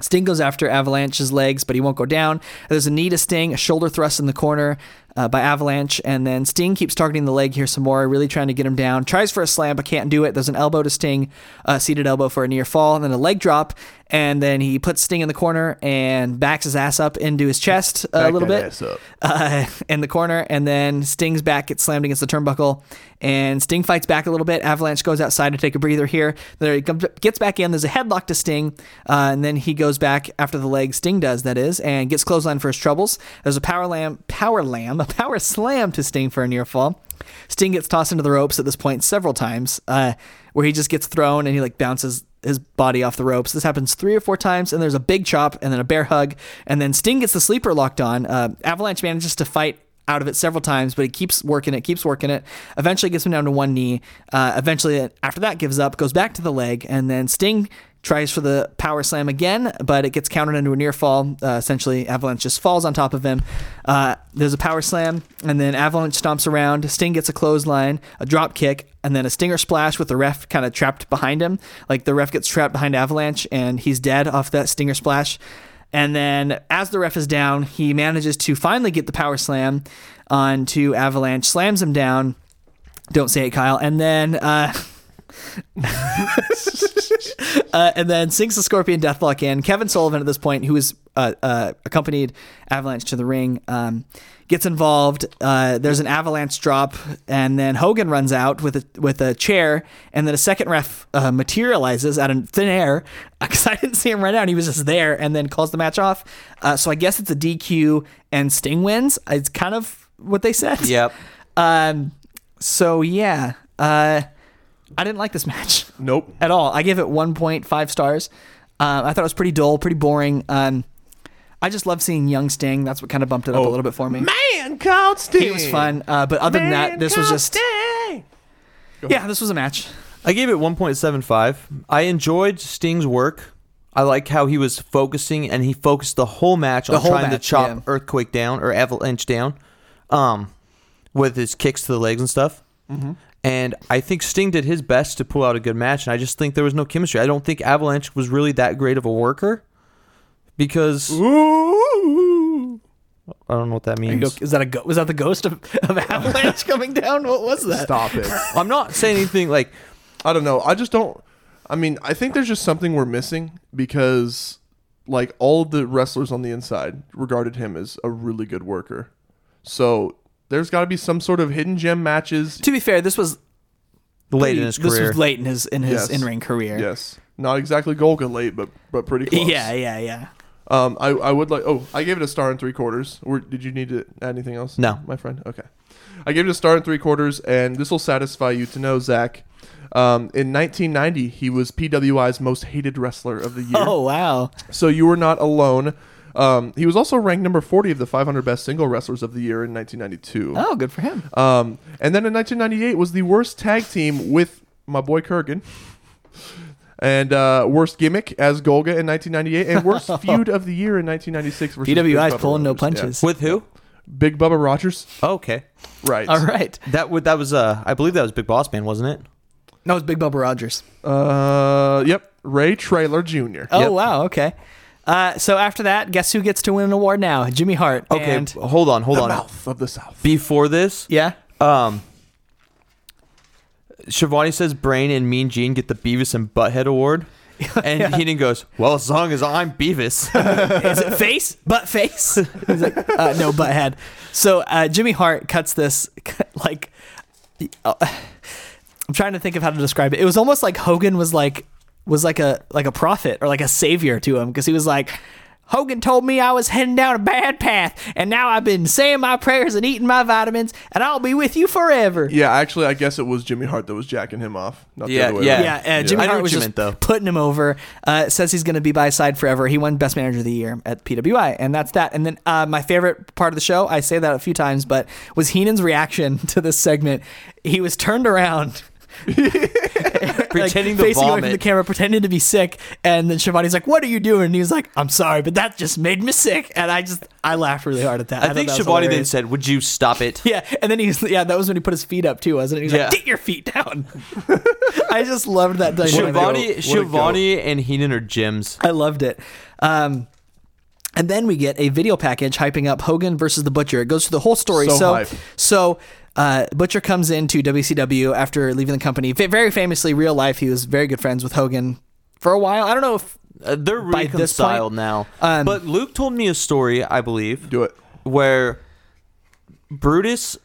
Sting goes after Avalanche's legs, but he won't go down. There's a knee to Sting, a shoulder thrust in the corner uh, by Avalanche, and then Sting keeps targeting the leg here some more, really trying to get him down. Tries for a slam, but can't do it. There's an elbow to Sting, uh, seated elbow for a near fall, and then a leg drop, and then he puts Sting in the corner and backs his ass up into his chest uh, a
Back
little
that
bit
ass up.
uh, in the corner, and then Sting's back gets slammed against the turnbuckle, and Sting fights back a little bit. Avalanche goes outside to take a breather here. There he comes, gets back in. There's a headlock to Sting, uh, and then he goes back after the leg. Sting does that is, and gets clothesline for his troubles. There's a power lam, power lam, a power slam to Sting for a near fall. Sting gets tossed into the ropes at this point several times, uh, where he just gets thrown and he like bounces his body off the ropes. This happens three or four times, and there's a big chop and then a bear hug, and then Sting gets the sleeper locked on. Uh, Avalanche manages to fight out of it several times, but he keeps working it, keeps working it. Eventually gets him down to one knee. Uh, eventually, after that, gives up, goes back to the leg, and then Sting tries for the power slam again, but it gets countered into a near fall. Uh, essentially, Avalanche just falls on top of him. Uh, there's a power slam, and then Avalanche stomps around. Sting gets a clothesline, a drop kick, and then a stinger splash with the ref kind of trapped behind him. Like the ref gets trapped behind Avalanche, and he's dead off that stinger splash. And then as the ref is down, he manages to finally get the power slam onto Avalanche, slams him down. Don't say it, Kyle. And then uh, uh, and then sinks the Scorpion Deathlock in. Kevin Sullivan at this point, who is uh, uh, accompanied Avalanche to the ring, um, gets involved. Uh, there's an Avalanche drop, and then Hogan runs out with a with a chair, and then a second ref uh, materializes out of thin air because I didn't see him run out. He was just there, and then calls the match off. Uh, so I guess it's a DQ, and Sting wins. It's kind of what they said.
Yep.
Um. So yeah. Uh, I didn't like this match
Nope.
at all. I gave it 1.5 stars. Um, I thought it was pretty dull, pretty boring. Um, I just love seeing Young Sting. That's what kind of bumped it up a little bit for me.
Oh, Man, called Sting.
It was fun, uh, but other than that, this was just yeah, this was a match.
I gave it 1.75. I enjoyed Sting's work. I like how he was focusing, and he focused the whole match on
whole
trying
match,
to chop
yeah.
Earthquake down or Avalanche down, um, with his kicks to the legs and stuff.
Mm-hmm.
And I think Sting did his best to pull out a good match, and I just think there was no chemistry. I don't think Avalanche was really that great of a worker because I don't know what that means.
Is that a go- was that the ghost of, of Avalanche coming down? What was that?
Stop it.
I'm not saying anything like
I don't know. I just don't. I mean, I think there's just something we're missing because, like, all the wrestlers on the inside regarded him as a really good worker. So there's got to be some sort of hidden gem matches.
To be fair, this was
late in his
This
career.
was late in his in his
Yes.
in ring career.
Yes, not exactly Golga late, but but pretty close.
Yeah, yeah, yeah.
Um, I, I would like. Oh, I gave it a star and three quarters. Or did you need to add anything else?
No.
my friend. Okay, I gave it a star and three quarters, and this will satisfy you to know, Zach. Um, in 1990, he was PWI's most hated wrestler of the year.
Oh wow.
So you were not alone. Um, he was also ranked number 40 of the 500 best single wrestlers of the year in 1992.
Oh, good for him.
Um, and then in 1998 was the worst tag team with my boy Kurgan. And uh, worst gimmick as Golga in 1998, and worst feud of the year in 1996. versus Big
PWI's
Bubba
pulling no
Rogers. Yeah.
punches.
With who?
Big Bubba Rogers,
Oh, okay.
right?
All right.
That would that was uh I believe that was Big Boss Man, wasn't it?
No, it's Big Bubba Rogers.
Uh, yep. Ray Trailer Jr.
Oh wow, okay. Uh, so after that, guess who gets to win an award now? Jimmy Hart.
Okay,
and-
hold on, hold on.
Mouth of the South.
Before this,
yeah.
um, Shivani says Brain and Mean Gene get the Beavis and Butthead Award, and Heenan goes, "Well, as long as I'm Beavis."
Is it face? Butt face? He's like, uh, no, butt head. So uh, Jimmy Hart cuts this like. uh, I'm trying to think of how to describe it. It was almost like Hogan was like was like a like a prophet or like a savior to him because he was like. Hogan told me I was heading down a bad path, and now I've been saying my prayers and eating my vitamins, and I'll be with you forever.
yeah, actually, I guess it was Jimmy Hart that was jacking him off. Not
Yeah,
the other way
yeah.
around.
Yeah, uh, Jimmy
I know
Hart
what
was
you
just
meant, though.
putting him over. Uh, says he's going to be by his side forever. He won Best Manager of the Year at PWI, and that's that. And then uh, my favorite part of the show, I say that a few times, but was Heenan's reaction to this segment. He was turned around.
Pretending to
facing away from
vomit.
the camera, pretending to be sick, and then Shivani's like, "What are you doing?" And he's like, "I'm sorry, but that just made me sick." And I just, I laughed really hard at that.
I
thought
think
that was
Shivani then
hilarious.
said, "Would you stop it?"
Yeah, and then he's yeah. That was when he put his feet up too, wasn't it? He's
Yeah.
like, "Get your feet down." I just loved that dynamic.
Shivani,
What a goat.
Shivani, and Heenan are gyms.
I loved it. Um, and then we get a video package hyping up Hogan versus the Butcher. It goes through the whole story.
So
So,
hype.
so, uh, Butcher comes into WCW after leaving the company. Fa- Very famously, real life, he was very good friends with Hogan for a while. I don't know if
Uh, they're
By this point-
reconciled now.
Um,
but Luke told me a story, I believe.
Do it.
where Brutus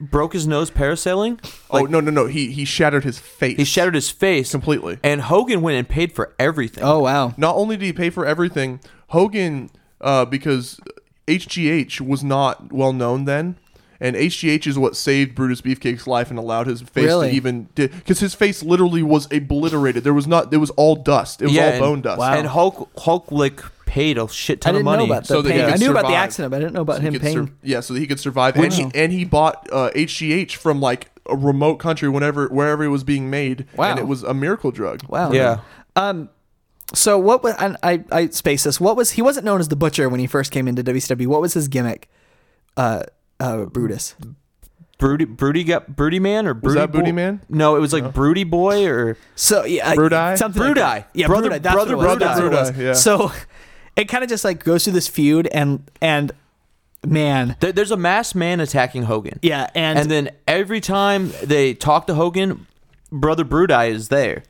broke his nose parasailing.
oh no, no, no. He he shattered his face.
He shattered his face
Completely.
and Hogan went and paid for everything.
Oh wow!
not only did he pay for everything, Hogan, uh, because HGH was not well known then, and HGH is what saved Brutus Beefcake's life and allowed his face
Really?
to even because his face literally was obliterated. There was not. It was all dust. It was all
and-
bone dust.
And Hulk Hulk like paid a shit
I
ton of
didn't know
money.
about the
so that he
pain.
could
I knew about the
survive.
accident, but I didn't know about
He
him
could
paying.
sur- yeah, so that he could survive. And he, and he bought uh, HGH from like a remote country whenever wherever it was being made.
Wow.
And it was a miracle drug.
wow!
yeah.
So what was and I I spaced this? What was he wasn't known as the Butcher when he first came into WCW? What was his gimmick? Uh, uh, Brutus.
Broody Broody got Broody Man or Broody
that Booty
Boy-
Man?
No, it was like Broody Boy or
So yeah,
Brudai?
something Like
Brudai.
that. Yeah,
Brother-
Brudai, That's
brother
what it was. That's what it was.
Brudai, yeah.
So it kind of just like goes through this feud and and man,
there, there's a masked man attacking Hogan.
yeah, and,
And then every time they talk to Hogan,
brother Brudai is there.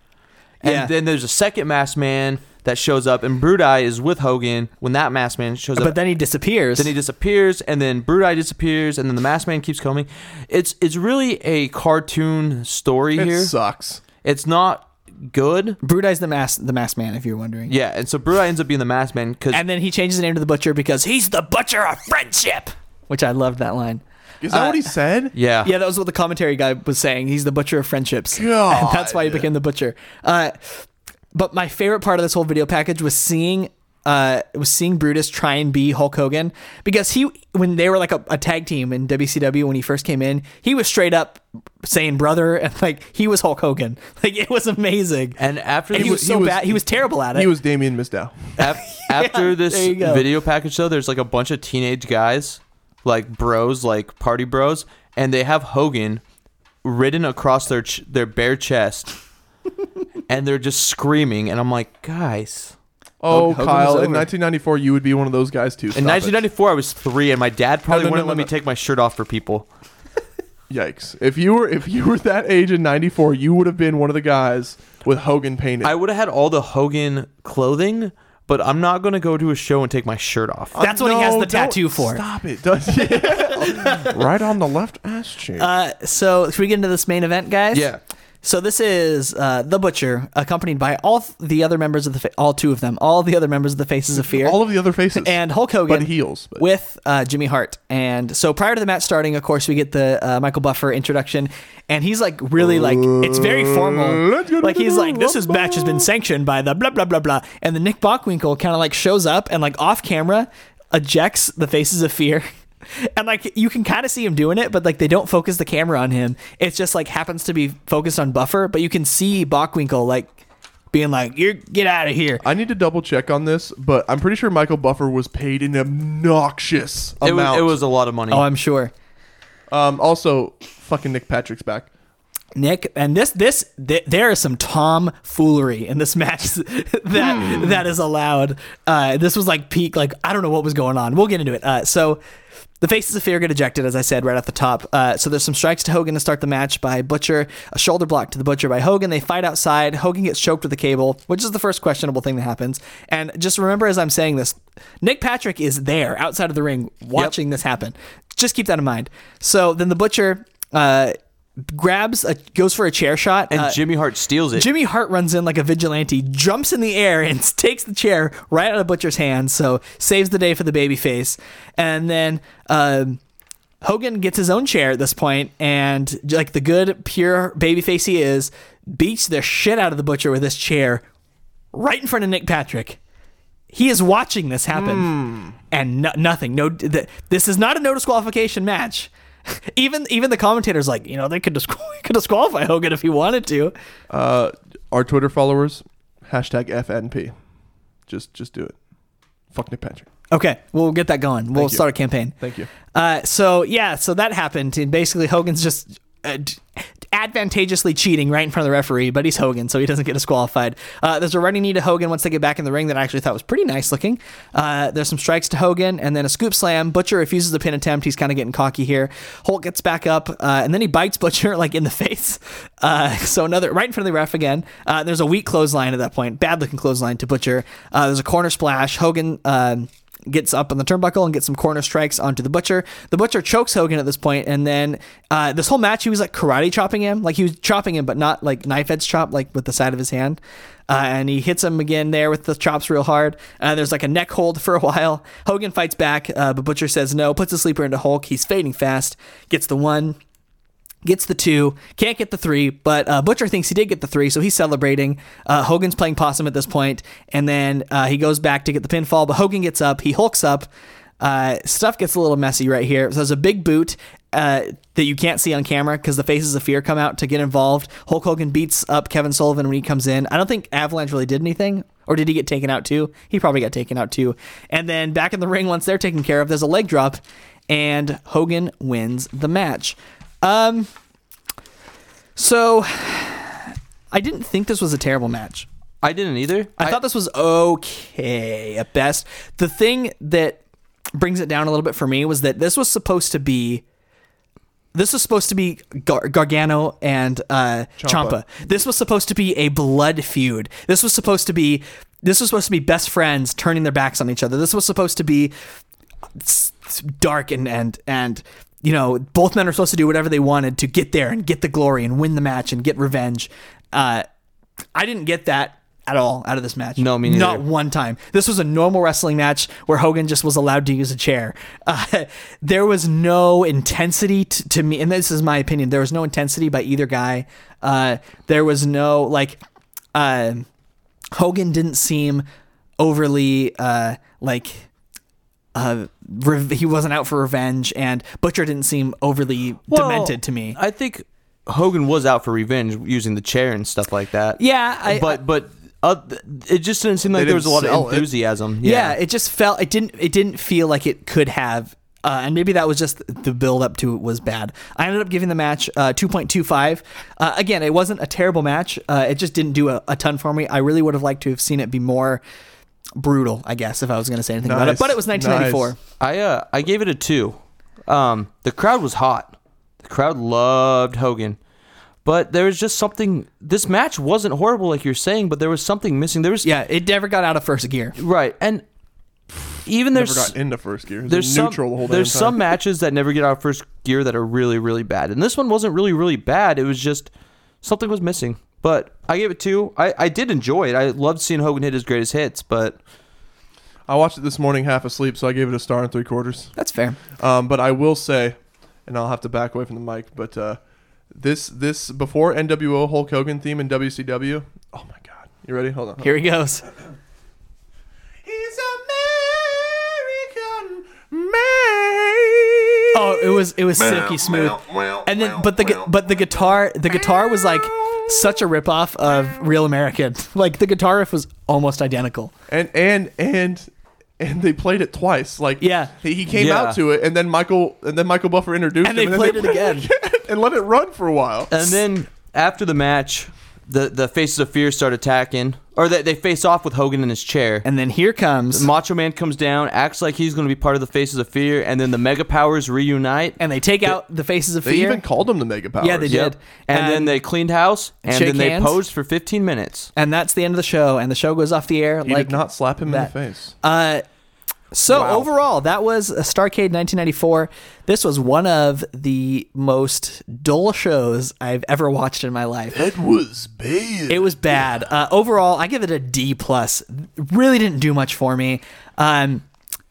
And
Yeah.
then there's a second masked man that shows up, and Brudai is with Hogan when that masked man shows up.
But then he disappears.
then he disappears, and then Brudai disappears, and then the masked man keeps coming. It's it's really a cartoon story
It
here.
sucks.
It's not good.
Brudai's the mass the mass man, if you're wondering.
Yeah, and so Brudai ends up being the masked man because
And then he changes the name to the butcher because he's the butcher of friendship. Which I loved that line.
Is that what he said?
yeah,
Yeah, that was what the commentary guy was saying. He's the butcher of friendships.
God.
And that's why he became the butcher. Uh, but my favorite part of this whole video package was seeing uh, was seeing Brutus try and be Hulk Hogan because he when they were like a, a tag team in WCW when he first came in, he was straight up saying brother and like he was Hulk Hogan. Like it was amazing.
And after
And
the-
he was so
was-
bad. He was terrible at it.
He was Damien Mizdow.
Af- after this
there you go.
video package though, there's like a bunch of teenage guys, like bros, like party bros, and they have Hogan written across their ch- their bare chest, and they're just screaming. And I'm like, guys.
Oh,
Hogan was
Kyle, in
over.
1994, you would be one of those guys too.
In
Stop it.
1994, I was three, and my dad probably
No, no,
wouldn't
no,
let
no,
me
no.
take my shirt off for people.
Yikes! If you were if you were that age in '94, you would have been one of the guys with Hogan painted.
I would have had all the Hogan clothing, but I'm not gonna go to a show and take my shirt off.
That's what he has
No,
the
don't-
tattoo for.
Stop it! Does right on the left ass cheek.
Uh, so should we get into this main event, guys?
Yeah.
So this is uh, the butcher, accompanied by all th- the other members of the fa- all two of them, all the other members of the Faces of Fear,
All of the other faces
and Hulk Hogan,
but heels. But.
with uh, Jimmy Hart. And so prior to the match starting, of course, we get the uh, Michael Buffer introduction, and he's like really like it's very formal.
Uh, Let's go to
Like
the
he's like this
Rumble.
is match has been sanctioned by the blah blah blah blah. And the Nick Bockwinkel kind of like shows up and like off camera ejects the Faces of Fear. And like you can kind of see him doing it, but like they don't focus the camera on him. It's just like happens to be focused on Buffer, but you can see Bockwinkel like being like, "You are get out of here."
I need to double check on this, but I'm pretty sure Michael Buffer was paid an obnoxious
It was,
amount.
it was a lot of
Uh,
money.
Oh, I'm sure.
um, also fucking Nick Patrick's back.
Nick, and this this th- there is some tomfoolery in this match that that is allowed. Uh, this was like peak, like I don't know what was going on. We'll get into it. Uh, so the faces of fear get ejected, as I said right off the top. Uh, so there's some strikes to Hogan to start the match by Butcher, a shoulder block to the Butcher by Hogan. They fight outside. Hogan gets choked with a cable, which is the first questionable thing that happens. And just remember, as I'm saying this, Nick Patrick is there outside of the ring watching this happen. Just keep that in mind. So then the Butcher. Uh, grabs a goes for a chair shot
and
uh,
Jimmy Hart steals it.
Jimmy Hart runs in like a vigilante, jumps in the air and takes the chair right out of Butcher's hand, so saves the day for the babyface. And then um, Hogan gets his own chair at this point, and like the good, pure babyface he is, beats the shit out of the Butcher with this chair right in front of Nick Patrick. He is watching this happen, and no, nothing. No, th- this is not a no disqualification match. even even the commentators like, you know, they could, disqual- could disqualify Hogan if he wanted to.
Uh, our Twitter followers, hashtag FNP. Just just do it. Fuck Nick Patrick.
Okay, we'll get that going. We'll
you.
start a campaign.
Thank you.
Uh, so yeah, so that happened, and basically Hogan's just uh, d- advantageously cheating right in front of the referee, but he's Hogan, so he doesn't get disqualified. Uh, there's a running knee to Hogan once they get back in the ring that I actually thought was pretty nice looking. Uh, there's some strikes to Hogan, and then a scoop slam. Butcher refuses the pin attempt. He's kind of getting cocky here. Holt gets back up, uh, and then he bites Butcher like in the face. Uh, so another right in front of the ref again. Uh, there's a weak clothesline at that point, bad looking clothesline to Butcher. Uh, there's a corner splash. Hogan. um gets up on the turnbuckle and gets some corner strikes onto the butcher. The butcher chokes Hogan at this point, and then uh, this whole match he was like karate chopping him, like he was chopping him, but not like knife edge chop, like with the side of his hand. Uh, and he hits him again there with the chops real hard. Uh, there's like a neck hold for a while. Hogan fights back, uh, but Butcher says no, puts the sleeper into Hulk. He's fading fast, gets the one, gets the two, can't get the three, but uh, Butcher thinks he did get the three, so he's celebrating. Uh, Hogan's playing possum at this point, and then uh, he goes back to get the pinfall, but Hogan gets up, he hulks up. Uh, stuff gets a little messy right here. So there's a big boot uh, that you can't see on camera because the faces of fear come out to get involved. Hulk Hogan beats up Kevin Sullivan when he comes in. I don't think Avalanche really did anything. Or did he get taken out too? He probably got taken out too. And then back in the ring, once they're taken care of, there's a leg drop, and Hogan wins the match. Um, so I didn't think this was a terrible match.
I didn't either.
I, thought this was okay at best. The thing that brings it down a little bit for me was that this was supposed to be This was supposed to be Gar- Gargano and uh, Champa. This was supposed to be a blood feud. This was supposed to be this was supposed to be best friends turning their backs on each other. This was supposed to be s- s- dark and and and you know both men are supposed to do whatever they wanted to get there and get the glory and win the match and get revenge. Uh, I didn't get that at all out of this match.
No, me
Not
neither.
one time. This was a normal wrestling match where Hogan just was allowed to use a chair. Uh, there was no intensity t- to me, and this is my opinion. There was no intensity by either guy. Uh, there was no like. Uh, Hogan didn't seem overly uh, like uh, rev he wasn't out for revenge, and Butcher didn't seem overly demented to
Uh,
me.
I think Hogan was out for revenge using the chair and stuff like that.
yeah, I,
but but uh, it just didn't seem like there was a lot
didn't sell
of
it.
enthusiasm.
yeah. it just felt it didn't it didn't feel like it could have. Uh, and maybe that was just the build up to it was bad. I ended up giving the match uh, 2.25. Uh, again, it wasn't a terrible match. Uh, it just didn't do a, a ton for me. I really would have liked to have seen it be more brutal, I guess, if I was going to say anything about it.
Nice.
But it was 1994.
Nice.
I uh I gave it a two. Um, the crowd was hot. The crowd loved Hogan, but there was just something. This match wasn't horrible like you're saying, but there was something missing. There was
Yeah, it never got out of first gear.
right and even
Never
there's
got into first gear. It was
there's
neutral
some
the whole damn
there's
time.
some matches that never get out of first gear that are really really bad, and this one wasn't really really bad. It was just something was missing. But I gave it two. I, I did enjoy it. I loved seeing Hogan hit his greatest hits, but
I watched it this morning, half asleep, so I gave it a star and three quarters.
That's fair.
Um, but I will say, and I'll have to back away from the mic, but uh, this this before NWO Hulk Hogan theme in WCW. Oh my God, you ready? Hold on.
Here he goes.
He's American made.
Oh, it was it was silky smooth. And then but the gu- but the guitar the guitar was like such a ripoff of Real American. Like the guitar riff was almost identical.
and and and and they played it twice. Like
Yeah.
he, he came
Yeah.
out to it, and then Michael and then Michael Buffer introduced
And
him,
they
then
played it again. Uh,
and let it run for a while.
And then after the match, the the faces of fear start attacking, or they, they face off with Hogan in his chair. And
And then here comes
Macho Man comes down, acts like he's going to be part of the faces of fear, and then the Mega Powers reunite.
and they take out the faces of
They
fear.
even called him the Mega Powers.
Yeah, they
Yep.
did.
And, then they cleaned house, and
Shake
then they
hands.
posed for 15 minutes.
and that's the end of the show and the show goes off the air
He
like
did not slap him
that.
in the face.
Uh, so overall, that was a Starcade 1994. This was one of the most dull shows I've ever watched in my life.
That was bad.
It was bad. Uh, overall, I give it a D plus. Really didn't do much for me. Um,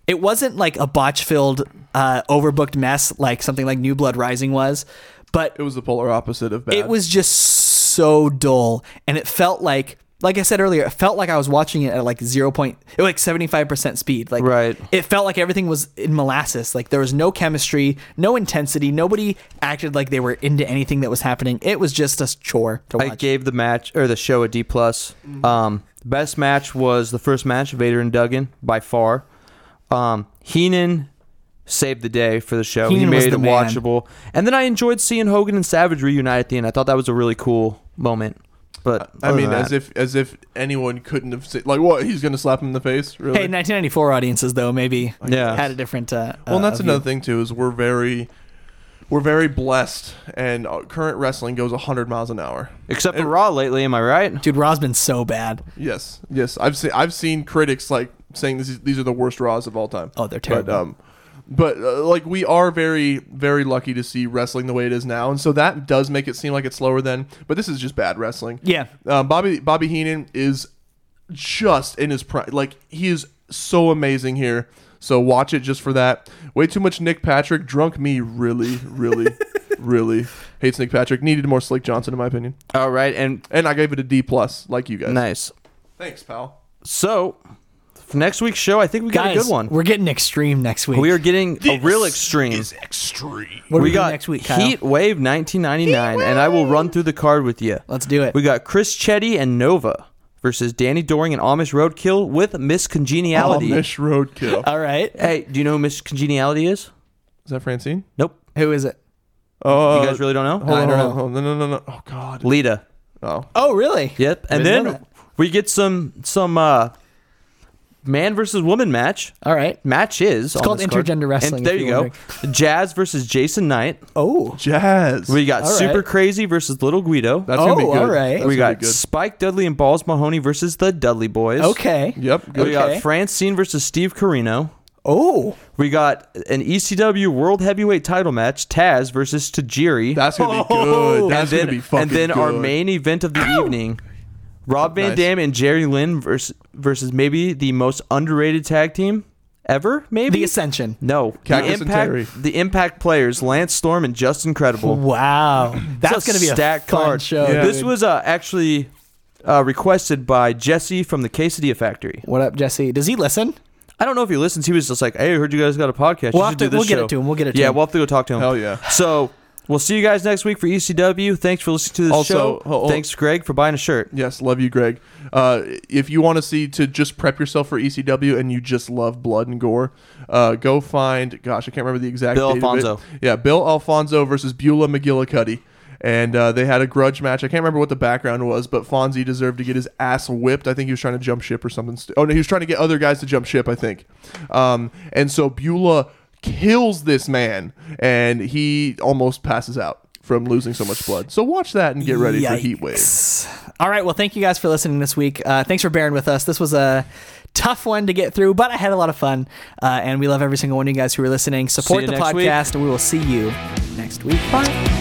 it wasn't like a botch filled, uh, overbooked mess like something like New Blood Rising was, but
it was the polar opposite of bad.
it was just so dull, and it felt like. Like I said earlier, it felt like I was watching it at like zero point, it was like seventy five percent speed. Like
Right.
it felt like everything was in molasses. Like there was no chemistry, no intensity. Nobody acted like they were into anything that was happening. It was just a chore to watch.
I gave the match or the show a D plus. Um, best match was the first match, Vader and Duggan by far. Um, Heenan saved the day for the show.
Heenan
he
was
made
the
it
man.
watchable, and then I enjoyed seeing Hogan and Savage reunite at the end. I thought that was a really cool moment. But uh,
I mean, as if as if anyone couldn't have said like what he's gonna slap him in the face. Really?
Hey, 1994 audiences though maybe
Yeah.
had a different. Uh,
well, and
uh,
that's
view.
another thing too is we're very we're very blessed, and uh, current wrestling goes hundred miles an hour.
except for Raw lately, am I right?
Dude, Raw's been so bad.
Yes, yes, I've seen I've seen critics like saying this is, these are the worst Raws of all time.
Oh, they're
But
terrible.
um, but uh, like we are very very lucky to see wrestling the way it is now, and so that does make it seem like it's slower then. But this is just bad wrestling.
Yeah.
Um, Bobby Bobby Heenan is just in his prime. Like he is so amazing here. So watch it just for that. Way too much Nick Patrick. Drunk me really, really, really hates Nick Patrick. Needed more Slick Johnson in my opinion.
All right, and
And I gave it a D plus, like you guys.
nice.
Thanks, pal.
So for next week's show, I think we got
Guys,
a good one.
We're getting extreme next week.
We are getting a real
This
extreme.
is extreme.
What are we,
we
doing
got
next week, Kyle?
Heat Wave 1999, and I will run through the card with you.
Let's do it.
We got Chris Chetty and Nova versus Danny Doring and Amish Roadkill with Miss Congeniality.
Amish roadkill.
Uh,
All right.
Hey, do you know who Miss Congeniality is?
Is that Francine?
Nope.
Who is it?
Oh,
You
Uh,
guys really don't know?
hold
I
on,
don't
hold on,
know.
hold on. No, no, no, no. Oh God.
Lita.
Oh,
Oh, really?
Yep. And
Didn't know
then we get some some uh man versus woman match.
All right.
Match is it's
called intergender wrestling,
And there
if
you
you're
go. Jazz versus Jason Knight.
Oh.
Jazz.
We got
All right.
Super Crazy versus Little Guido.
That's gonna be
Oh,
good.
all right.
That's
we
gonna be
got
good.
Spike Dudley and Balls Mahoney versus the Dudley Boys.
Okay.
Yep.
We
Good.
Okay.
got Francine versus Steve Carino.
Oh.
We got an ECW World Heavyweight Title match: Taz versus Tajiri.
That's gonna be
Oh.
good. That's
and then,
gonna be fucking
and then our
good.
main event of the evening: Rob Van
Nice.
Dam and Jerry Lynn versus versus maybe the most underrated tag team ever. Maybe
The Ascension.
No,
Cactus
the
and
impact
Terry.
the impact players: Lance Storm and Justin Credible.
Wow. That's
It's
going to be a fun
card.
show.
Yeah.
This
dude.
was uh, actually uh, requested by Jesse from the Quesadilla Factory.
What up, Jesse? Does he listen?
I don't know if he listens. He was just like, "Hey, I heard you guys got a podcast.
We'll
you
have
should do
to-
this
we'll get it
show."
to him. We'll get it to
yeah,
him.
we'll have to go talk to him.
Hell yeah.
So we'll see you guys next week for ECW. Thanks for listening to this
Also,
show.
ho- ho-
Thanks, Greg, for buying a shirt.
Yes, love you, Greg. Uh, if you want to see to just prep yourself for ECW and you just love blood and gore, uh, go find. Gosh, I can't remember the exact.
Bill
date of it.
Alfonso.
Yeah, Bill Alfonso versus Beulah McGillicuddy. And uh, they had a grudge match. I can't remember what the background was, but Fonzie deserved to get his ass whipped. I think he was trying to jump ship or something. St- oh, no, he was trying to get other guys to jump ship, I think. Um, and so Beulah kills this man, and he almost passes out from losing so much blood. So watch that and get ready for Heat Wave.
Yikes. All right. Well, thank you guys for listening this week. Uh, thanks for bearing with us. This was a tough one to get through, but I had a lot of fun. Uh, and we love every single one of you guys who are listening. Support
you
the
next week.
podcast, and we will see you next week. Bye.